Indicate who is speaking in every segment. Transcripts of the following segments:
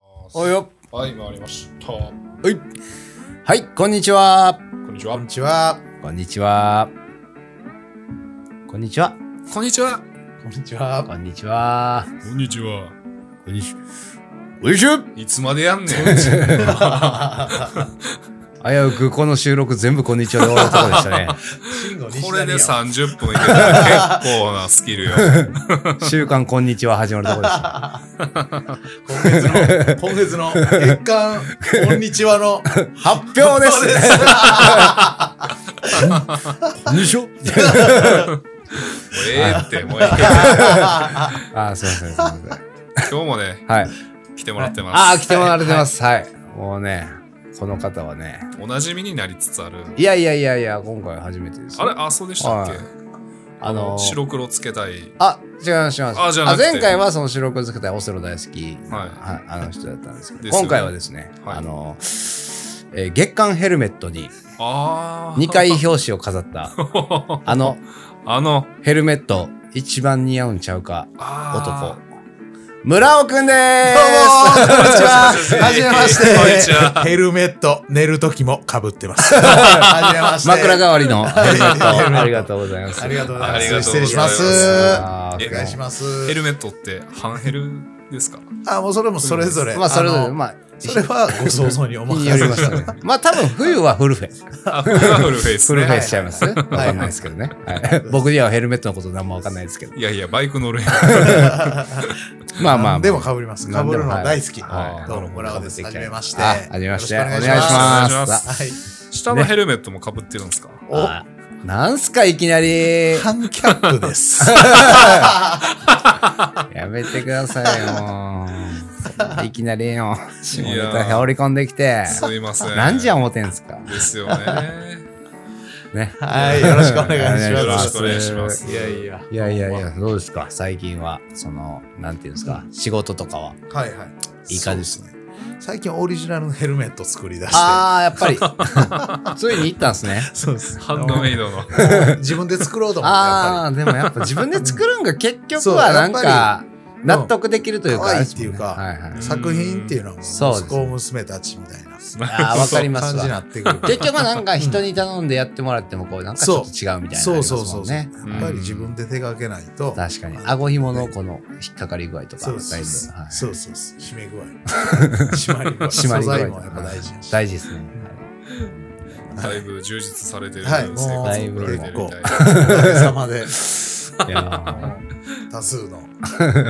Speaker 1: ます。
Speaker 2: およ
Speaker 1: はい、回りました。こん
Speaker 2: はい。はい、こんにちは。
Speaker 1: にちは。こんに
Speaker 3: ちは。
Speaker 2: こんにちは。こんにち
Speaker 1: ち
Speaker 2: は。
Speaker 1: は。
Speaker 3: こんにちは。
Speaker 2: こんにちは。
Speaker 1: こんにちは。
Speaker 2: こんにちは。おいしゅ
Speaker 1: いつまでやんねん。
Speaker 2: 危うくこの収録全部こんにちはで終わるとこでしたね。
Speaker 3: 慎吾西
Speaker 1: これで
Speaker 3: 成や。
Speaker 1: 30分いけたら結構なスキルよ。
Speaker 2: 週刊こんにちは始まるとこでした。
Speaker 3: 今月の、今月の月間、こんにちはの。
Speaker 2: 発表ですね。こんにちは。
Speaker 1: もうええって、もうええって。
Speaker 2: あー、すいません、すいません。
Speaker 1: 今日もね、
Speaker 2: はい。
Speaker 1: 来てもらってます。
Speaker 2: あー、来てもらってます。はい。もうね、この方はね。
Speaker 1: おなじみになりつつある。
Speaker 2: いやいやいやいや、今回初めてです。
Speaker 1: あれあ、そうでしたっけ
Speaker 2: はいあのー、
Speaker 1: 白黒つけたい。
Speaker 2: あ、違います、違います。
Speaker 1: あじゃなくて
Speaker 2: 前回はその白黒作ったオセロ大好き、
Speaker 1: はい
Speaker 2: ああの人だったんですけど、
Speaker 1: ですよね
Speaker 2: 今回はですね、
Speaker 1: はい
Speaker 2: あの、えー月刊ヘルメットに
Speaker 1: ああ。
Speaker 2: 2回表紙を飾った、あの、
Speaker 1: あの、
Speaker 2: ヘルメット一番似合うんちゃうか、
Speaker 1: あ
Speaker 2: 男。村尾くんでーす
Speaker 3: こんにちは。
Speaker 1: ー
Speaker 2: はじめまし
Speaker 1: こんにちは。
Speaker 3: ヘルメット、寝る時も被ってます。はじめまし て。
Speaker 2: 枕代わりのヘルメッ
Speaker 3: ヘルメッ
Speaker 2: ト。
Speaker 3: ト
Speaker 2: ありがとうございます。
Speaker 3: ありがとうございま
Speaker 1: ありがとうご
Speaker 3: す。
Speaker 1: ざ
Speaker 3: 失
Speaker 1: います
Speaker 3: 礼します。お
Speaker 2: あー
Speaker 1: え
Speaker 3: 願いします。
Speaker 1: ヘルメットって半ヘルですか
Speaker 3: あ、もうそれもそれぞれ。
Speaker 2: まあ、それぞれ、
Speaker 3: の
Speaker 2: まあ、
Speaker 3: それはご想像にお任
Speaker 2: に
Speaker 3: せ
Speaker 2: より ますね。まあ、多分冬はフルフェ。
Speaker 1: あ、フルフェイス
Speaker 2: フルフ
Speaker 1: ね。
Speaker 2: ェしちゃいますわかんないですけどね。はい 僕にはヘルメットのこと何もわかんないですけど。
Speaker 1: いやいや、バイク乗るやん。
Speaker 2: まあまあまあ。
Speaker 3: でも被ります。被
Speaker 2: なんでも
Speaker 3: るの大好き。
Speaker 2: はい
Speaker 3: どうも、村尾です。はじめまして。
Speaker 2: あ、はじめまして。お
Speaker 3: よろ
Speaker 2: 願い
Speaker 3: く
Speaker 2: します。
Speaker 3: はい。
Speaker 1: 下のヘルメットも被ってるんですか、
Speaker 3: お、
Speaker 2: あなんすか、いきな り。
Speaker 3: ハンキャップです。
Speaker 2: やめてくださいよ。いきなりよ。下ネ
Speaker 1: いやー
Speaker 2: タ放り込んできて。
Speaker 1: すいません。
Speaker 2: 何時は思てんすか。
Speaker 1: ですよね。
Speaker 2: ね。
Speaker 3: はい、よろしくお願いし
Speaker 1: よろ
Speaker 3: ま
Speaker 1: し
Speaker 3: す。
Speaker 1: くお願いします。
Speaker 3: いやいや。
Speaker 2: いやいやいや、どうですか最近は、その、なんていうんですか、仕事とかは。
Speaker 3: はいはい。
Speaker 2: いい感じです
Speaker 3: ね。最近オリジナルのヘルメット作り出して。
Speaker 2: あー、やっぱり。 ついに行ったんすね。
Speaker 3: そうです。
Speaker 1: ハンドメイドの。
Speaker 3: 自分で作ろうと思って、やっぱ
Speaker 2: あー、でもやっぱ自分で作るんが結局
Speaker 3: そう
Speaker 2: はなん
Speaker 3: や
Speaker 2: か、
Speaker 3: り
Speaker 2: 納得できるというか。
Speaker 3: 可愛いっていうか
Speaker 2: はいはい
Speaker 3: り。作品っていうのはもう
Speaker 2: そうです
Speaker 3: 息子娘たちみたいな
Speaker 2: あー、わかります
Speaker 3: 感じに
Speaker 2: わ
Speaker 3: な。ってくる。
Speaker 2: 結局なんか人に頼んでやってもらってもこうなんかちょっと違うみたいなのあり
Speaker 3: そ
Speaker 2: ま
Speaker 3: う
Speaker 2: す
Speaker 3: そう
Speaker 2: も
Speaker 3: そ
Speaker 2: ん
Speaker 3: うそう。や
Speaker 2: ね。
Speaker 3: っぱり自分で手がけないと。
Speaker 2: 確かに。顎紐のこの引っかかり具合とか、
Speaker 3: そ
Speaker 2: だいうぶ。
Speaker 3: そうそう
Speaker 2: はい
Speaker 3: そうそう そう。締め具合。締まり具合。
Speaker 2: 締まり具合
Speaker 3: 素材もやっぱ大事やし。
Speaker 2: 大事ですね。
Speaker 1: だいぶ充実されてる
Speaker 3: は
Speaker 1: 生
Speaker 3: い
Speaker 1: 活を送られてるみたいな。
Speaker 3: おかげさまで
Speaker 2: いやー
Speaker 3: 多数の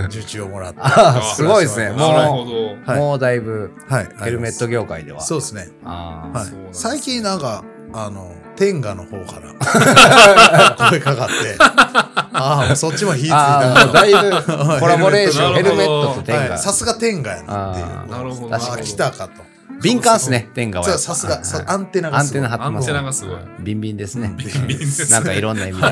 Speaker 3: 受注をもらって。
Speaker 2: あーすごいですね。
Speaker 3: はい
Speaker 1: なるほ
Speaker 2: も
Speaker 1: ど。
Speaker 2: う、もうだいぶ
Speaker 3: はい。
Speaker 2: ヘルメット業界では。
Speaker 3: そうですね。
Speaker 2: あー
Speaker 3: はい
Speaker 1: そうなん、です
Speaker 3: 最近なんかあの天下の方から 声かかってああもうそっちも火つい
Speaker 2: あー、
Speaker 3: た
Speaker 2: もうだいぶコラボレーシ ョン、ヘ
Speaker 1: ヘ
Speaker 2: ル
Speaker 1: ル
Speaker 2: メ
Speaker 1: メ
Speaker 2: ッ
Speaker 1: ッ
Speaker 2: ト
Speaker 1: ト
Speaker 2: と
Speaker 1: と
Speaker 2: 天
Speaker 3: は
Speaker 2: 下
Speaker 3: い。さすが天下やなっていう
Speaker 2: あー
Speaker 1: なるほど
Speaker 3: あ
Speaker 2: 確か
Speaker 3: あ
Speaker 2: に
Speaker 3: 来たかと
Speaker 2: 敏感っすね、天下は。
Speaker 3: そうさすがさアンテナが
Speaker 2: アン
Speaker 3: す
Speaker 2: テ
Speaker 3: ごい
Speaker 2: ナ張ってま
Speaker 1: ア
Speaker 2: す。
Speaker 1: ンテナがすごい
Speaker 2: ビンビンですね。
Speaker 1: ビンですね
Speaker 2: なんかいろんな意味で。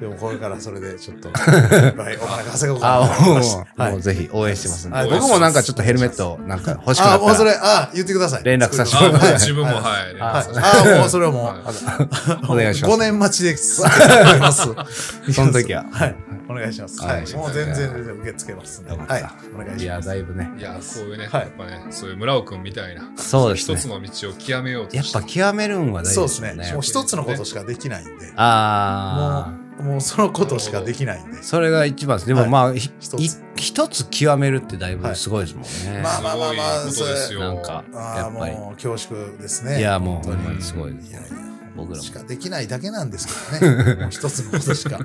Speaker 3: でもこれからそれでちょ っといっぱいお金稼ごうかなと思いました
Speaker 2: あ、
Speaker 3: は
Speaker 2: もう、
Speaker 3: い
Speaker 2: もうぜひ応援してますん
Speaker 3: は
Speaker 2: で。
Speaker 3: い
Speaker 2: 僕もなんかちょっとヘルメットなんか欲しくな
Speaker 3: あ
Speaker 2: っ
Speaker 3: ーもう
Speaker 2: た
Speaker 3: それ
Speaker 2: ら
Speaker 3: あー言ってください
Speaker 2: 連絡させ
Speaker 1: あ、
Speaker 2: て
Speaker 3: 作
Speaker 1: も
Speaker 3: り
Speaker 1: う
Speaker 3: ます
Speaker 1: 自分も、
Speaker 3: はい
Speaker 1: はい。
Speaker 2: あ
Speaker 1: 連絡させて
Speaker 3: あーもうそれはも
Speaker 1: は
Speaker 3: う
Speaker 2: お願いします
Speaker 3: 5年待ちです作ってもらいます
Speaker 2: その時は
Speaker 3: はいお願いします
Speaker 2: はい
Speaker 3: はいもう全然全然受け付けますんで
Speaker 2: よ
Speaker 3: は
Speaker 2: か
Speaker 3: い
Speaker 2: った
Speaker 3: お願い
Speaker 2: い
Speaker 3: し
Speaker 2: や、
Speaker 3: ます
Speaker 2: だいぶね。
Speaker 1: い。いや、こういうね、
Speaker 3: は
Speaker 1: や
Speaker 3: い
Speaker 1: っぱね、そういう村尾くんみたいな、
Speaker 2: そうです
Speaker 1: 一つ
Speaker 2: ね。
Speaker 1: の道を極めようと
Speaker 2: やっ
Speaker 1: して
Speaker 2: ぱ。極めるんは大
Speaker 3: そうで
Speaker 2: 事
Speaker 3: す
Speaker 2: ですよ
Speaker 3: ね。
Speaker 2: ね
Speaker 3: もう。一つのことしかできないんで、
Speaker 2: ああ。
Speaker 3: もう、もうそのことしかできないんで。
Speaker 2: それが一番です。でも
Speaker 3: はい
Speaker 2: まあ、ひ
Speaker 3: 一つ
Speaker 2: い一つ極めるってだいぶすごいですもんね。
Speaker 3: まあ
Speaker 1: すごいことですよ。
Speaker 2: なんか、
Speaker 3: あ
Speaker 2: や
Speaker 3: あ、
Speaker 2: っぱり。
Speaker 3: もう恐縮ですね。
Speaker 2: いや、もうほんま
Speaker 3: 本
Speaker 2: にすごいで
Speaker 3: 当にい
Speaker 2: す
Speaker 3: やい。や、
Speaker 2: 僕らも
Speaker 3: しかできないだけなんですけどね。もう一つのことし か、
Speaker 2: ん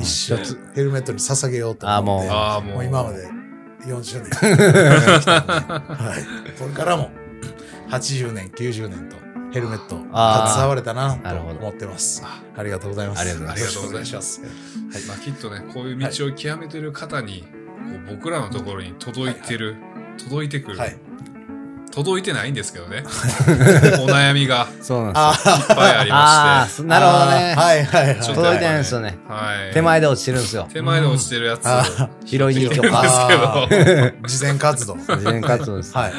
Speaker 3: 一生
Speaker 2: 一つ
Speaker 3: ヘルメットに捧げようと
Speaker 2: ああ、
Speaker 3: 思っ
Speaker 2: も
Speaker 3: て。
Speaker 2: う。
Speaker 1: ああ、も
Speaker 3: も
Speaker 1: う。
Speaker 3: う今まで40年。 はい。これからも80年、90年とヘルメット
Speaker 2: あー
Speaker 3: 携われたな
Speaker 2: なる
Speaker 3: と
Speaker 2: ほど
Speaker 3: 思ってます。ありがとうございます。
Speaker 2: ありがとうございます
Speaker 3: よろしくお願いします。
Speaker 1: まあ、きっとね、こういう道を極めてる方に、こう僕らのところに届いてる、届いてくる、
Speaker 3: はい。
Speaker 1: 届いてないんですけどね。 お悩みが
Speaker 2: そうなんですよ。
Speaker 3: あ
Speaker 1: いっぱいあり
Speaker 2: あ
Speaker 1: ま
Speaker 2: あ、なるほどね。
Speaker 3: あーはいはいはい。
Speaker 1: ちょっと
Speaker 2: 届いてないんですよね。
Speaker 1: はい。
Speaker 2: 手前で落ちてるんですよ。
Speaker 1: 手前で落ちてるやつ
Speaker 3: あ
Speaker 2: 拾いに行けば。
Speaker 1: ある
Speaker 3: あ
Speaker 1: んですけど。
Speaker 3: 事前活動。はい
Speaker 2: 自然活動です。
Speaker 3: はい。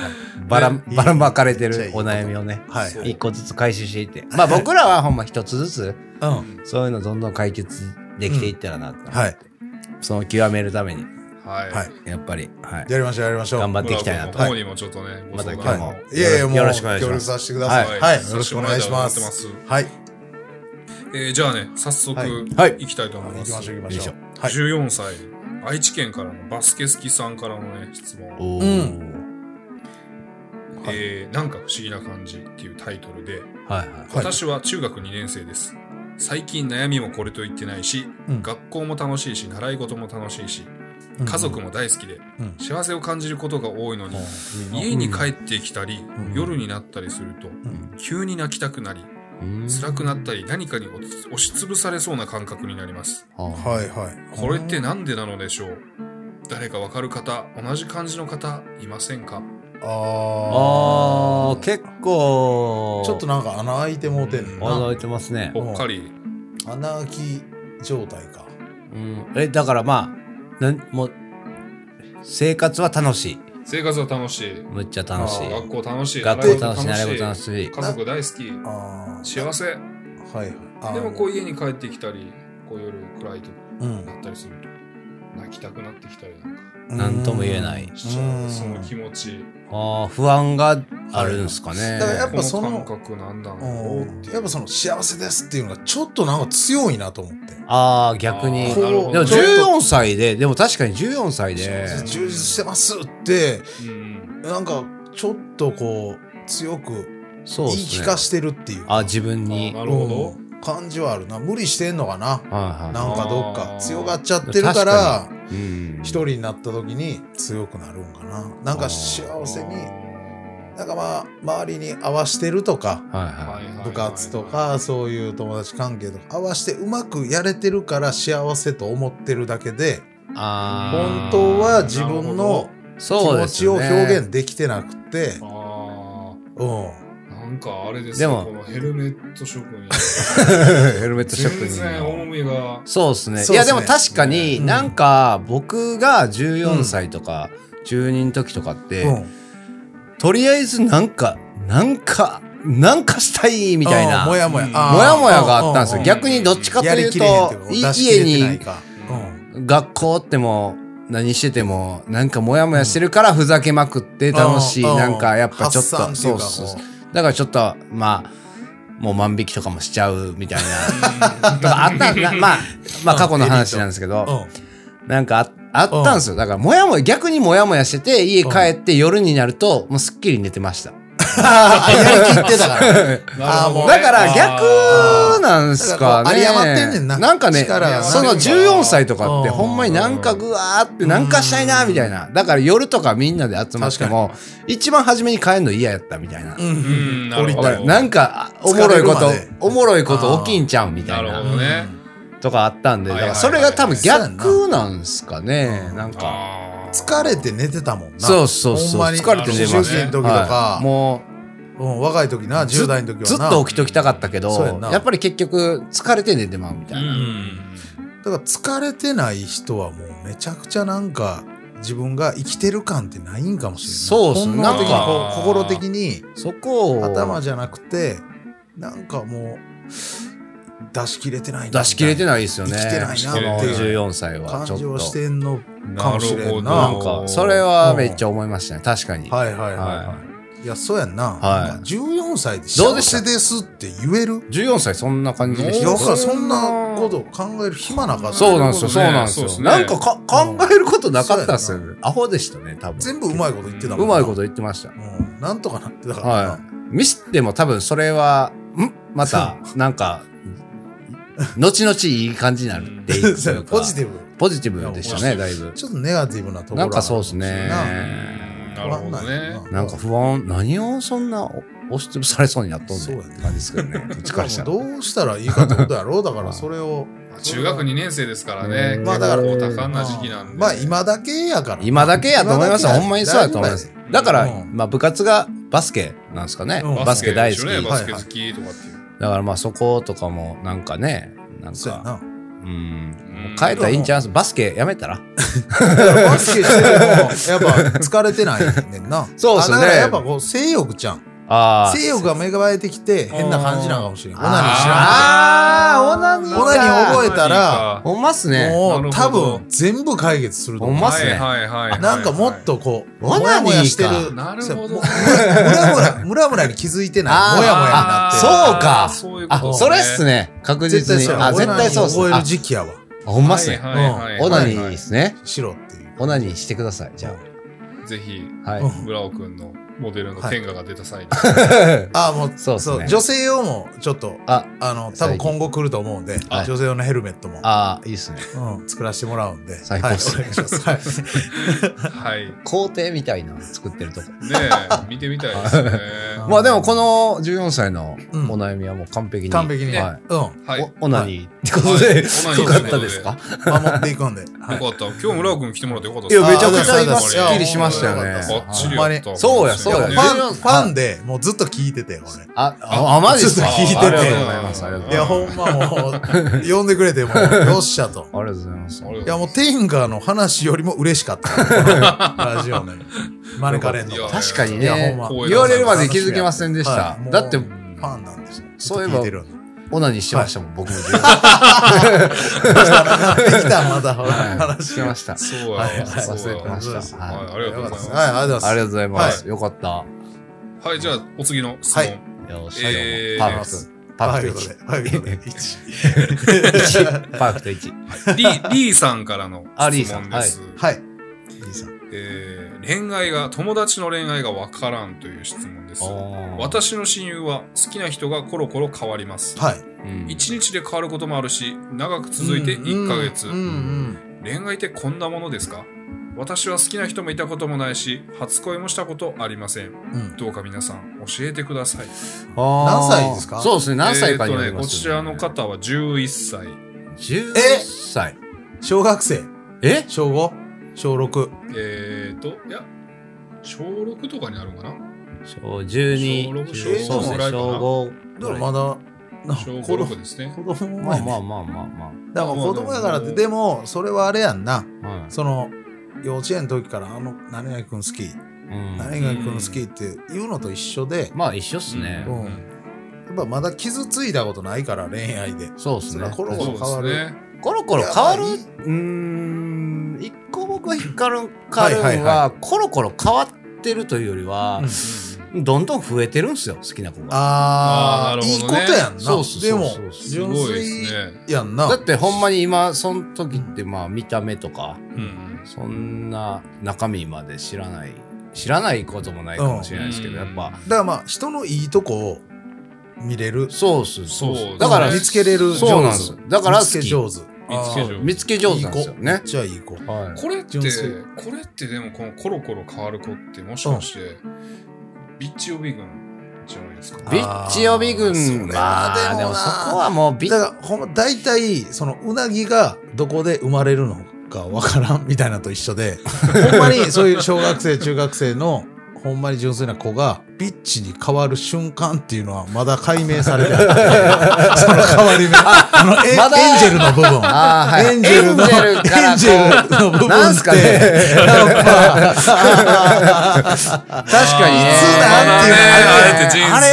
Speaker 2: ばら、
Speaker 3: ねいい
Speaker 2: ばらまかれてるお悩みをね、
Speaker 3: は
Speaker 1: そう
Speaker 3: い。
Speaker 2: 一個ずつ回収していって。まあ僕らはほんま一つずつ、
Speaker 3: うん。
Speaker 2: そういうのどんどん解決できていったらなって、
Speaker 3: はい。
Speaker 2: その極めるために
Speaker 1: はい。
Speaker 3: はい。
Speaker 2: やっぱり、はい。
Speaker 3: やりましょう、やりましょう。
Speaker 2: 頑張
Speaker 3: っ
Speaker 2: っていきたいなと。
Speaker 1: 村
Speaker 2: は
Speaker 1: 君の方
Speaker 2: い
Speaker 1: にもちょっとね、ご
Speaker 2: また
Speaker 1: 相
Speaker 2: 今
Speaker 1: 談
Speaker 2: 日
Speaker 1: を
Speaker 2: も
Speaker 3: はい。いやいや、もう、
Speaker 2: よろしくお願いします
Speaker 3: 協力させてください。はい。よろしくお願いします。
Speaker 1: させてもらえたら
Speaker 3: はい。
Speaker 1: 待ってますえーじゃあね、早速、
Speaker 3: はい
Speaker 1: い
Speaker 2: はい
Speaker 1: きたいと思い
Speaker 3: 行
Speaker 1: ま
Speaker 3: き
Speaker 1: す。
Speaker 3: ましょう、行きましょう。はい。
Speaker 1: 14歳、愛知県からのバスケ好きさんからのね、質問。
Speaker 2: お
Speaker 3: う
Speaker 2: ー。
Speaker 3: はい
Speaker 1: えーなんか不思議な感じっていうタイトルで、
Speaker 2: はいはい。
Speaker 3: はい
Speaker 1: 私は中学2年生です。最近悩みもこれと言ってないし、
Speaker 3: うん
Speaker 1: 学校も楽しいし、習い事も楽しいし、家族も大好きで、
Speaker 3: うん
Speaker 1: 幸せを感じることが多いのに、
Speaker 3: うん
Speaker 1: 家に帰ってきたり、
Speaker 3: ん
Speaker 1: 夜になったりすると、
Speaker 3: ん
Speaker 1: 急に泣きたくなり、
Speaker 2: うん
Speaker 1: 辛くなったり、何かに押し押しつぶされそうな感覚になります。
Speaker 2: は
Speaker 3: はい、はい。
Speaker 1: これってなんでなのでしょう誰かわかる方、同じ感じの方、いませんか
Speaker 3: あ
Speaker 2: あ
Speaker 3: あ
Speaker 2: ー、結構、
Speaker 3: ちょっとなんか穴開いてもうてん
Speaker 2: 穴
Speaker 3: の
Speaker 2: 開い
Speaker 3: な。
Speaker 2: てますね。
Speaker 1: ぽっかり。
Speaker 3: 穴開き状態か。
Speaker 2: うん、え、だからまあ、なんもう、生活は楽しい。
Speaker 1: 生活は楽しい。
Speaker 2: むっちゃ楽し
Speaker 3: あー
Speaker 2: い。
Speaker 1: 学校楽しい。
Speaker 2: 学校楽し
Speaker 1: 習
Speaker 2: い、習い事楽
Speaker 1: い。
Speaker 2: しい。
Speaker 1: 家族大好
Speaker 3: ああ。
Speaker 1: き。幸せ。
Speaker 3: せ。はい。あー
Speaker 1: でもこう家に帰ってきたり、こう夜暗いと
Speaker 3: うん。
Speaker 1: なったりすると、泣きたくなってきたりなんか
Speaker 2: なんとも言えない
Speaker 1: しちゃ
Speaker 3: う
Speaker 1: う。
Speaker 3: ん
Speaker 1: その気持ち。
Speaker 2: ああ、不安があるんですかね。
Speaker 3: だからやっぱ
Speaker 1: こ
Speaker 3: そ
Speaker 1: の
Speaker 3: の
Speaker 1: 感覚なんだろう
Speaker 3: うんやっぱその幸せですっていうのがちょっとなんか強いなと思って。
Speaker 2: ああ、逆に。
Speaker 1: あー
Speaker 2: で
Speaker 1: なるほ
Speaker 2: も
Speaker 1: どね
Speaker 3: ちょっと
Speaker 2: 14歳で、でも確かに14歳で、
Speaker 3: 充実してますって、
Speaker 1: うん
Speaker 3: なんかちょっとこう強く
Speaker 2: そう
Speaker 3: 言
Speaker 2: で
Speaker 3: い
Speaker 2: す
Speaker 3: 聞
Speaker 2: ね
Speaker 3: か。してるっていう
Speaker 2: あ、自分に。
Speaker 1: あ
Speaker 2: は
Speaker 1: なるほ
Speaker 3: うん感じはあるな。無理してんのかな。
Speaker 2: いは
Speaker 3: なんかどっ
Speaker 1: あ
Speaker 3: か
Speaker 1: ー
Speaker 3: 強がっちゃってるから
Speaker 2: い。うん
Speaker 3: 一人になった時に強くなるんかな。なんか幸せに、なんかまあ周りに合わしてるとか。
Speaker 2: はい
Speaker 1: は
Speaker 2: はい
Speaker 1: はい
Speaker 2: い。
Speaker 1: はい
Speaker 3: 部活とかそういう友達関係とか合わせてうまくやれてるから幸せと思ってるだけで
Speaker 2: あ
Speaker 3: 本
Speaker 2: あ。
Speaker 3: 当は自分の気
Speaker 2: そう
Speaker 3: 持
Speaker 2: で
Speaker 3: ち
Speaker 2: す
Speaker 3: を
Speaker 2: ね。
Speaker 3: 表現できてなくて
Speaker 1: あー
Speaker 3: う
Speaker 1: なんかあれです
Speaker 2: で
Speaker 1: ね、
Speaker 2: も
Speaker 1: このヘルメット職人。
Speaker 2: 現。 ヘルメット職
Speaker 1: 全
Speaker 2: 人
Speaker 1: 然重
Speaker 2: の。
Speaker 1: みが。
Speaker 2: そうですね。い
Speaker 3: そうっ
Speaker 2: や、
Speaker 3: すね
Speaker 2: でも確かに
Speaker 3: うん
Speaker 2: なんか僕が14歳とか、12の時とかって、
Speaker 3: んうん
Speaker 2: とりあえずなんか、なんか、なんかしたいみたいな。
Speaker 3: うんも
Speaker 2: もや
Speaker 3: やもや
Speaker 1: うん
Speaker 3: あー
Speaker 2: もやがあったんです
Speaker 3: う
Speaker 2: よ。
Speaker 3: うう
Speaker 2: 逆にどっちかと
Speaker 3: や
Speaker 2: い
Speaker 3: り
Speaker 2: う
Speaker 3: きれへんって
Speaker 2: と
Speaker 3: いうか、出
Speaker 2: い
Speaker 3: し切
Speaker 2: 家
Speaker 3: れてない
Speaker 2: に
Speaker 3: かうん
Speaker 2: 学校っても何しててもなんかモヤモヤしてるからふざけまくって楽しい、
Speaker 3: うん
Speaker 2: なんかやっぱちょっと
Speaker 3: 発散てい
Speaker 2: そう
Speaker 3: か
Speaker 2: そうそう
Speaker 3: こ
Speaker 2: だからちょっとまあもう万引きとかもしちゃうみたい なとかあったなまあまあ過去の話なんですけど、
Speaker 3: う
Speaker 2: なんかああったんですよだからモヤモヤ逆にモヤモヤしてて家帰って夜になるともうすっきり寝てました
Speaker 3: あ やりきってたか ら
Speaker 1: なるほどね
Speaker 2: だから逆なんすか
Speaker 3: あー
Speaker 2: ね。
Speaker 3: だからこう有り余ってんねんな
Speaker 2: なんかね、
Speaker 3: 力
Speaker 1: が
Speaker 2: その14歳とかって
Speaker 3: うん
Speaker 2: ほんまになんかぐわーってなんかしたいなみたいな。だから夜とかみんなで集まっても、一番初めに帰るの嫌やったみたいな。
Speaker 3: う
Speaker 1: うんん、なるほ
Speaker 2: わか
Speaker 1: ど。
Speaker 2: るなんか、あおもろいこ
Speaker 3: 疲
Speaker 2: と
Speaker 3: れるまで、
Speaker 2: おもろいこと起きんちゃうみた
Speaker 1: ないるほ
Speaker 2: な
Speaker 1: どね。
Speaker 2: とかあったんで、だからそれが多分逆なんすかね。なんか。
Speaker 1: あー
Speaker 3: 疲れて寝てたもんな
Speaker 2: そうそうそう
Speaker 3: ほんまに
Speaker 2: 疲れて
Speaker 1: 寝てま
Speaker 3: 思
Speaker 1: すね
Speaker 3: 春期の時と
Speaker 2: は
Speaker 3: か
Speaker 2: い、も
Speaker 3: うん若い時な
Speaker 2: うず
Speaker 3: 10代の時はな
Speaker 2: ずっと起きときたかったけ
Speaker 3: そうやん
Speaker 2: ど
Speaker 3: な
Speaker 2: やっぱり結局疲れて寝てまうみた
Speaker 1: う。
Speaker 2: いなん
Speaker 3: だから疲れてない人はもうめちゃくちゃなんか自分が生きてる感ってないんかもしれない。
Speaker 2: そうっすね
Speaker 3: 本能的に
Speaker 1: なんか
Speaker 3: こう心的に
Speaker 2: そこを
Speaker 3: 頭じゃなくてなんかもう出し切れてないな
Speaker 2: 出し切れて
Speaker 3: み
Speaker 2: ないですよね。
Speaker 3: 生きてない
Speaker 1: な
Speaker 2: この
Speaker 1: っていう
Speaker 2: 14歳
Speaker 3: た
Speaker 2: は
Speaker 3: な
Speaker 2: ちょ
Speaker 3: 感
Speaker 2: っ
Speaker 3: じをし
Speaker 2: と。
Speaker 3: てんのかもしれんな。
Speaker 1: な
Speaker 2: な
Speaker 1: るほ
Speaker 2: ん
Speaker 3: は
Speaker 1: ど
Speaker 2: か、それはめっちゃ思いましたね。確かに。
Speaker 3: いはいはいは。
Speaker 2: はい
Speaker 3: いやそうやんな。
Speaker 2: はい
Speaker 3: なんか14歳で
Speaker 2: どう
Speaker 3: 幸
Speaker 2: でした
Speaker 3: せですって言える
Speaker 2: 14歳そんな感じで
Speaker 3: い
Speaker 2: し
Speaker 3: や
Speaker 2: た
Speaker 3: だからそんなこと考える暇なかった。
Speaker 2: そうなんですよ、そうなんです
Speaker 1: そうです
Speaker 2: よ。
Speaker 1: ね
Speaker 2: なんかか
Speaker 3: うん
Speaker 2: 考えることなかったっすよ
Speaker 3: そうや
Speaker 2: ね。アホでしたね、多分。
Speaker 3: 全部うまいこと言ってたも
Speaker 2: うん
Speaker 3: な
Speaker 2: まいこと言ってました。
Speaker 3: うんなんとかなってたからな
Speaker 2: は。い。ミスっても多分それは、んまた、なんか、後々いい感じになるっていう
Speaker 3: そう
Speaker 2: か。
Speaker 3: ポジ
Speaker 2: ブ。
Speaker 3: ティブ。
Speaker 2: ポジティブでした
Speaker 1: い
Speaker 2: ね、
Speaker 1: や
Speaker 2: だいぶ。
Speaker 3: ちょっとネガティブなところ
Speaker 2: なんかそうっすね
Speaker 1: なるほどね。
Speaker 2: なんか不安、何をそんな押しつぶされそうになっとん
Speaker 3: そう
Speaker 2: ねん
Speaker 3: や
Speaker 2: っ
Speaker 3: ね
Speaker 2: て感じですけど ね。こっちからしたら。
Speaker 3: どうしたらいいかってことやろうだからそれ を。
Speaker 1: 中学2年生ですからね。
Speaker 2: ま
Speaker 3: あだから
Speaker 1: 結構多感な時期なんで。
Speaker 3: まあ今だけやから。
Speaker 2: 今だけやと思いますよほんまにそうやと思います。だから、
Speaker 3: うん
Speaker 2: まあ部活がバスケなんですかね。
Speaker 3: うん
Speaker 2: バスケ大好き。
Speaker 1: バスケでしょね
Speaker 2: だ
Speaker 1: バスケ好きとかっていう。
Speaker 2: からまあそことかもなんかね、なん
Speaker 3: そうや
Speaker 2: か、
Speaker 3: な。
Speaker 2: うん、も
Speaker 1: うん
Speaker 2: う変えたらいいんちゃうんすバスケやめたら
Speaker 3: だからバスケしてても、やっぱ疲れてないねんな。
Speaker 2: そうっすね
Speaker 3: あだからやっぱこう性欲ちゃん。
Speaker 2: あー
Speaker 3: 性欲が芽生えてきて変な感じなのかもしれんオナニー知らん
Speaker 2: あーオナニー
Speaker 3: けどオナニー覚えたら
Speaker 2: ほんまっすね。
Speaker 1: な
Speaker 3: も
Speaker 1: るほど
Speaker 3: う多分全部解決すると
Speaker 2: ほん
Speaker 3: 思
Speaker 2: まっすね。
Speaker 1: はいはいはいは
Speaker 3: う
Speaker 1: い
Speaker 3: なんかもっとこう
Speaker 2: オ
Speaker 3: モ
Speaker 2: ナ
Speaker 3: ヤ
Speaker 2: ニーか
Speaker 3: モヤしてる
Speaker 1: なるほど
Speaker 3: ムラムラムラムラに気づいてない
Speaker 2: あー
Speaker 3: モヤモヤになって
Speaker 2: そうか
Speaker 1: あーそういうことね
Speaker 2: あ、それっすね。確
Speaker 3: 絶
Speaker 2: 実
Speaker 3: 対
Speaker 2: に。
Speaker 3: そう
Speaker 2: あ、絶対そうっす
Speaker 3: オ
Speaker 2: ね。
Speaker 3: ナニ
Speaker 2: あ、
Speaker 3: ー覚える時期やわ
Speaker 2: ほんまっすね。
Speaker 1: はいはいはいはい
Speaker 2: オナニーですね。
Speaker 3: しろっていう
Speaker 2: オナニーしてください。じゃ
Speaker 1: ぜひ、
Speaker 2: あ。は
Speaker 3: う
Speaker 2: い。
Speaker 3: ん
Speaker 1: 村尾くんのモデルの天下が出た 際に。
Speaker 3: ああもう
Speaker 2: そうっす
Speaker 3: そ
Speaker 2: ね
Speaker 3: う女性用もちょっと
Speaker 2: あ、
Speaker 3: あの多分今後来ると思うんで
Speaker 2: はい
Speaker 3: 女性用のヘルメットも
Speaker 2: あーいいっすね。
Speaker 3: うん作らせてもらうんで
Speaker 2: 最高っす
Speaker 3: はいお願いしますはい
Speaker 1: はい。ね
Speaker 2: 皇帝みたいなの作ってるとこ。
Speaker 1: え、見てみたいですね。
Speaker 3: あ
Speaker 2: まあでもこの14歳の
Speaker 3: うん
Speaker 2: お悩みはもう完 璧に。
Speaker 3: 完璧にね
Speaker 2: は
Speaker 3: うん
Speaker 1: はい。
Speaker 2: い。
Speaker 1: よ
Speaker 2: おオナニーってことで、
Speaker 1: はい
Speaker 2: よかったですか
Speaker 3: 守っていくんではい
Speaker 1: かった。今日村尾くん来てもらってよかったっ
Speaker 2: い
Speaker 1: す
Speaker 2: や、
Speaker 1: ね
Speaker 2: めちゃくちゃ
Speaker 3: あ
Speaker 2: 今
Speaker 3: ー
Speaker 2: すっきりしましたよ
Speaker 3: いや
Speaker 2: ね。
Speaker 1: バッチリ
Speaker 2: はい
Speaker 1: やった。
Speaker 2: そうやそうや
Speaker 3: フ
Speaker 1: ね
Speaker 2: パ
Speaker 3: ァン、ファンで、もうずっと聞いてて、俺。
Speaker 2: あ、あ、あマジっすか
Speaker 3: ちょっと聞いてて
Speaker 2: ありがとうございます。ありがとうご
Speaker 3: い
Speaker 2: ざい
Speaker 3: や、
Speaker 2: ます。
Speaker 3: ほんまもう、呼んでくれて、もう、よっしゃと。
Speaker 2: ありがとうございます。
Speaker 1: あり
Speaker 3: いや、
Speaker 1: がとう
Speaker 3: もう、テンガーの話よりも嬉しかった。ラジオね。招かれんの
Speaker 1: いや。
Speaker 2: 確かに
Speaker 3: いや
Speaker 2: ね
Speaker 3: ほんま、
Speaker 2: 言われるまで気づきませんでし
Speaker 3: は
Speaker 2: た
Speaker 3: いも。う
Speaker 2: だって
Speaker 3: フ、ァンなんですよ。
Speaker 2: そういえば
Speaker 3: 聞てる んで
Speaker 2: オナニーしてましたもん、僕も。
Speaker 3: できた、まだ、ほら
Speaker 2: はい
Speaker 3: 話
Speaker 2: してました。
Speaker 1: そうや
Speaker 3: はいはい
Speaker 1: そうや
Speaker 2: 忘れてました
Speaker 1: はい
Speaker 2: はい
Speaker 1: ありがとうございます。
Speaker 3: はい、ありがとうご
Speaker 2: あ
Speaker 3: ざ
Speaker 2: りがと
Speaker 3: いま
Speaker 2: うございます。よかった。
Speaker 1: はい、じゃあ、お次の質
Speaker 3: は
Speaker 1: 問。
Speaker 3: い
Speaker 2: よし、
Speaker 1: えー
Speaker 2: パーフ
Speaker 3: す
Speaker 2: ェクト。パーフェ
Speaker 3: す。
Speaker 2: ク
Speaker 3: はい、ということで、はい、ということで一
Speaker 2: ト1。パーフェク ト1。
Speaker 1: リーリーさんからの
Speaker 2: あリー
Speaker 1: 質
Speaker 2: さん
Speaker 1: 問です。
Speaker 3: はい。いいさん
Speaker 1: えー恋愛が、友達の恋愛がわからんという質問です。
Speaker 2: 私、
Speaker 1: 私の親友は好きな人がコロコロ変わります。
Speaker 3: はい。
Speaker 2: うん
Speaker 1: 1日で変わることもあるし、長く続いて1ヶ月。
Speaker 3: うんうん。
Speaker 1: 恋愛ってこんなものですか私は好きな人もいたこともないし、初恋もしたことありません。
Speaker 3: うん
Speaker 1: どうか皆さん教えてください。
Speaker 2: 何
Speaker 3: 何歳ですか
Speaker 2: そうですね、何歳かによ
Speaker 1: えー
Speaker 2: り
Speaker 1: と
Speaker 2: ま
Speaker 1: ね、こ
Speaker 2: す
Speaker 1: ち
Speaker 2: よ
Speaker 1: ら
Speaker 2: ね。
Speaker 1: の方は11歳。
Speaker 2: 10
Speaker 3: え
Speaker 2: 歳。
Speaker 3: 小学生、
Speaker 2: え
Speaker 3: 小5、小6。
Speaker 1: えっ、ー、と、いや、小6とかになるんかな
Speaker 2: 小12、
Speaker 1: 小六
Speaker 2: そうです
Speaker 3: 小五
Speaker 2: ね
Speaker 1: ぐらいかな
Speaker 2: 小5。
Speaker 3: だからまだ、な
Speaker 1: 小
Speaker 3: 子供
Speaker 1: 6ですね。
Speaker 3: 子供
Speaker 2: ま
Speaker 3: ま
Speaker 2: あ
Speaker 3: あ
Speaker 2: ま
Speaker 3: ま
Speaker 2: あ
Speaker 3: あ。
Speaker 2: まあまあま
Speaker 3: だから子供やからっ
Speaker 1: まあ
Speaker 3: て、
Speaker 1: で
Speaker 3: でも、それはあれやんな。
Speaker 2: あ。はい
Speaker 3: その、幼稚園の時から、あの、何々くん好き、
Speaker 2: うん
Speaker 3: 何々くん好きって言うのと一緒で、
Speaker 2: まあ一緒っすね
Speaker 1: う。ん
Speaker 3: やっぱまだ傷ついたことないから、恋愛で。
Speaker 2: そうです
Speaker 3: それ
Speaker 2: ね
Speaker 3: は。コロ
Speaker 1: そうで
Speaker 3: コロ変わ
Speaker 1: す
Speaker 3: る。
Speaker 1: ね。
Speaker 2: コロコロ変わるうーん、一個僕が引っかかる変わるのは,、
Speaker 3: はいはいは
Speaker 2: コロコロ変わってるというよりは、どんどん増えてるんですよ、好きな子が。
Speaker 1: あ
Speaker 3: あ
Speaker 1: ーなるほ
Speaker 3: あ、
Speaker 1: ど
Speaker 3: い
Speaker 1: ね
Speaker 3: いことやん
Speaker 2: そう
Speaker 3: な
Speaker 2: そう。
Speaker 3: で
Speaker 2: そう
Speaker 3: も
Speaker 2: そう、
Speaker 1: す
Speaker 3: 純
Speaker 1: ごいです
Speaker 3: 粋
Speaker 1: ね。
Speaker 3: やんな。
Speaker 2: だってほんまに今、その時ってまあ見た目とか、
Speaker 1: うん
Speaker 2: そんな中身まで知らない、知らないこともないかもしれないですけど、
Speaker 1: うん
Speaker 2: やっぱ、
Speaker 3: だからまあ、人のいいとこを見れる。
Speaker 2: そうっす、そ
Speaker 1: そ
Speaker 2: うっ
Speaker 1: う
Speaker 2: す。だから、
Speaker 1: ね
Speaker 3: 見
Speaker 2: 見
Speaker 3: つけれる上手。
Speaker 2: そうなんですだから好
Speaker 3: 見
Speaker 2: き
Speaker 3: つけ上手。
Speaker 1: 見つけ上手
Speaker 2: 見つけ上手なん
Speaker 3: あー
Speaker 2: ですよ
Speaker 3: めっ
Speaker 2: ね。
Speaker 3: ちゃいい子。
Speaker 2: はい
Speaker 1: これって、
Speaker 3: 純粋
Speaker 1: これってでもこのコロコロ変わる子ってもしかして、ビッチ予備軍じゃないですか。
Speaker 2: ビッチ予備
Speaker 3: あーそれは
Speaker 2: 軍まあ、
Speaker 3: で
Speaker 2: でも
Speaker 3: もな
Speaker 2: そこはもうビッ
Speaker 3: だからほんま大体そのうなぎがどこで生まれるのかわからんみたいなのと一緒 でほんまにそういう小学生中学生のほんまに純粋な子がビッチに変わる瞬間っていうのはまだ解明されてな いその変わり目あのエ,、
Speaker 2: まだ
Speaker 3: エンジェルの部分
Speaker 2: あーはい
Speaker 3: エンジェルの
Speaker 2: エンジェルから
Speaker 3: エンジェルの部分って
Speaker 2: なんすかね
Speaker 3: やっぱ
Speaker 2: 確かにね。
Speaker 3: いつなんていうの
Speaker 1: あれねあれって人生
Speaker 2: あれ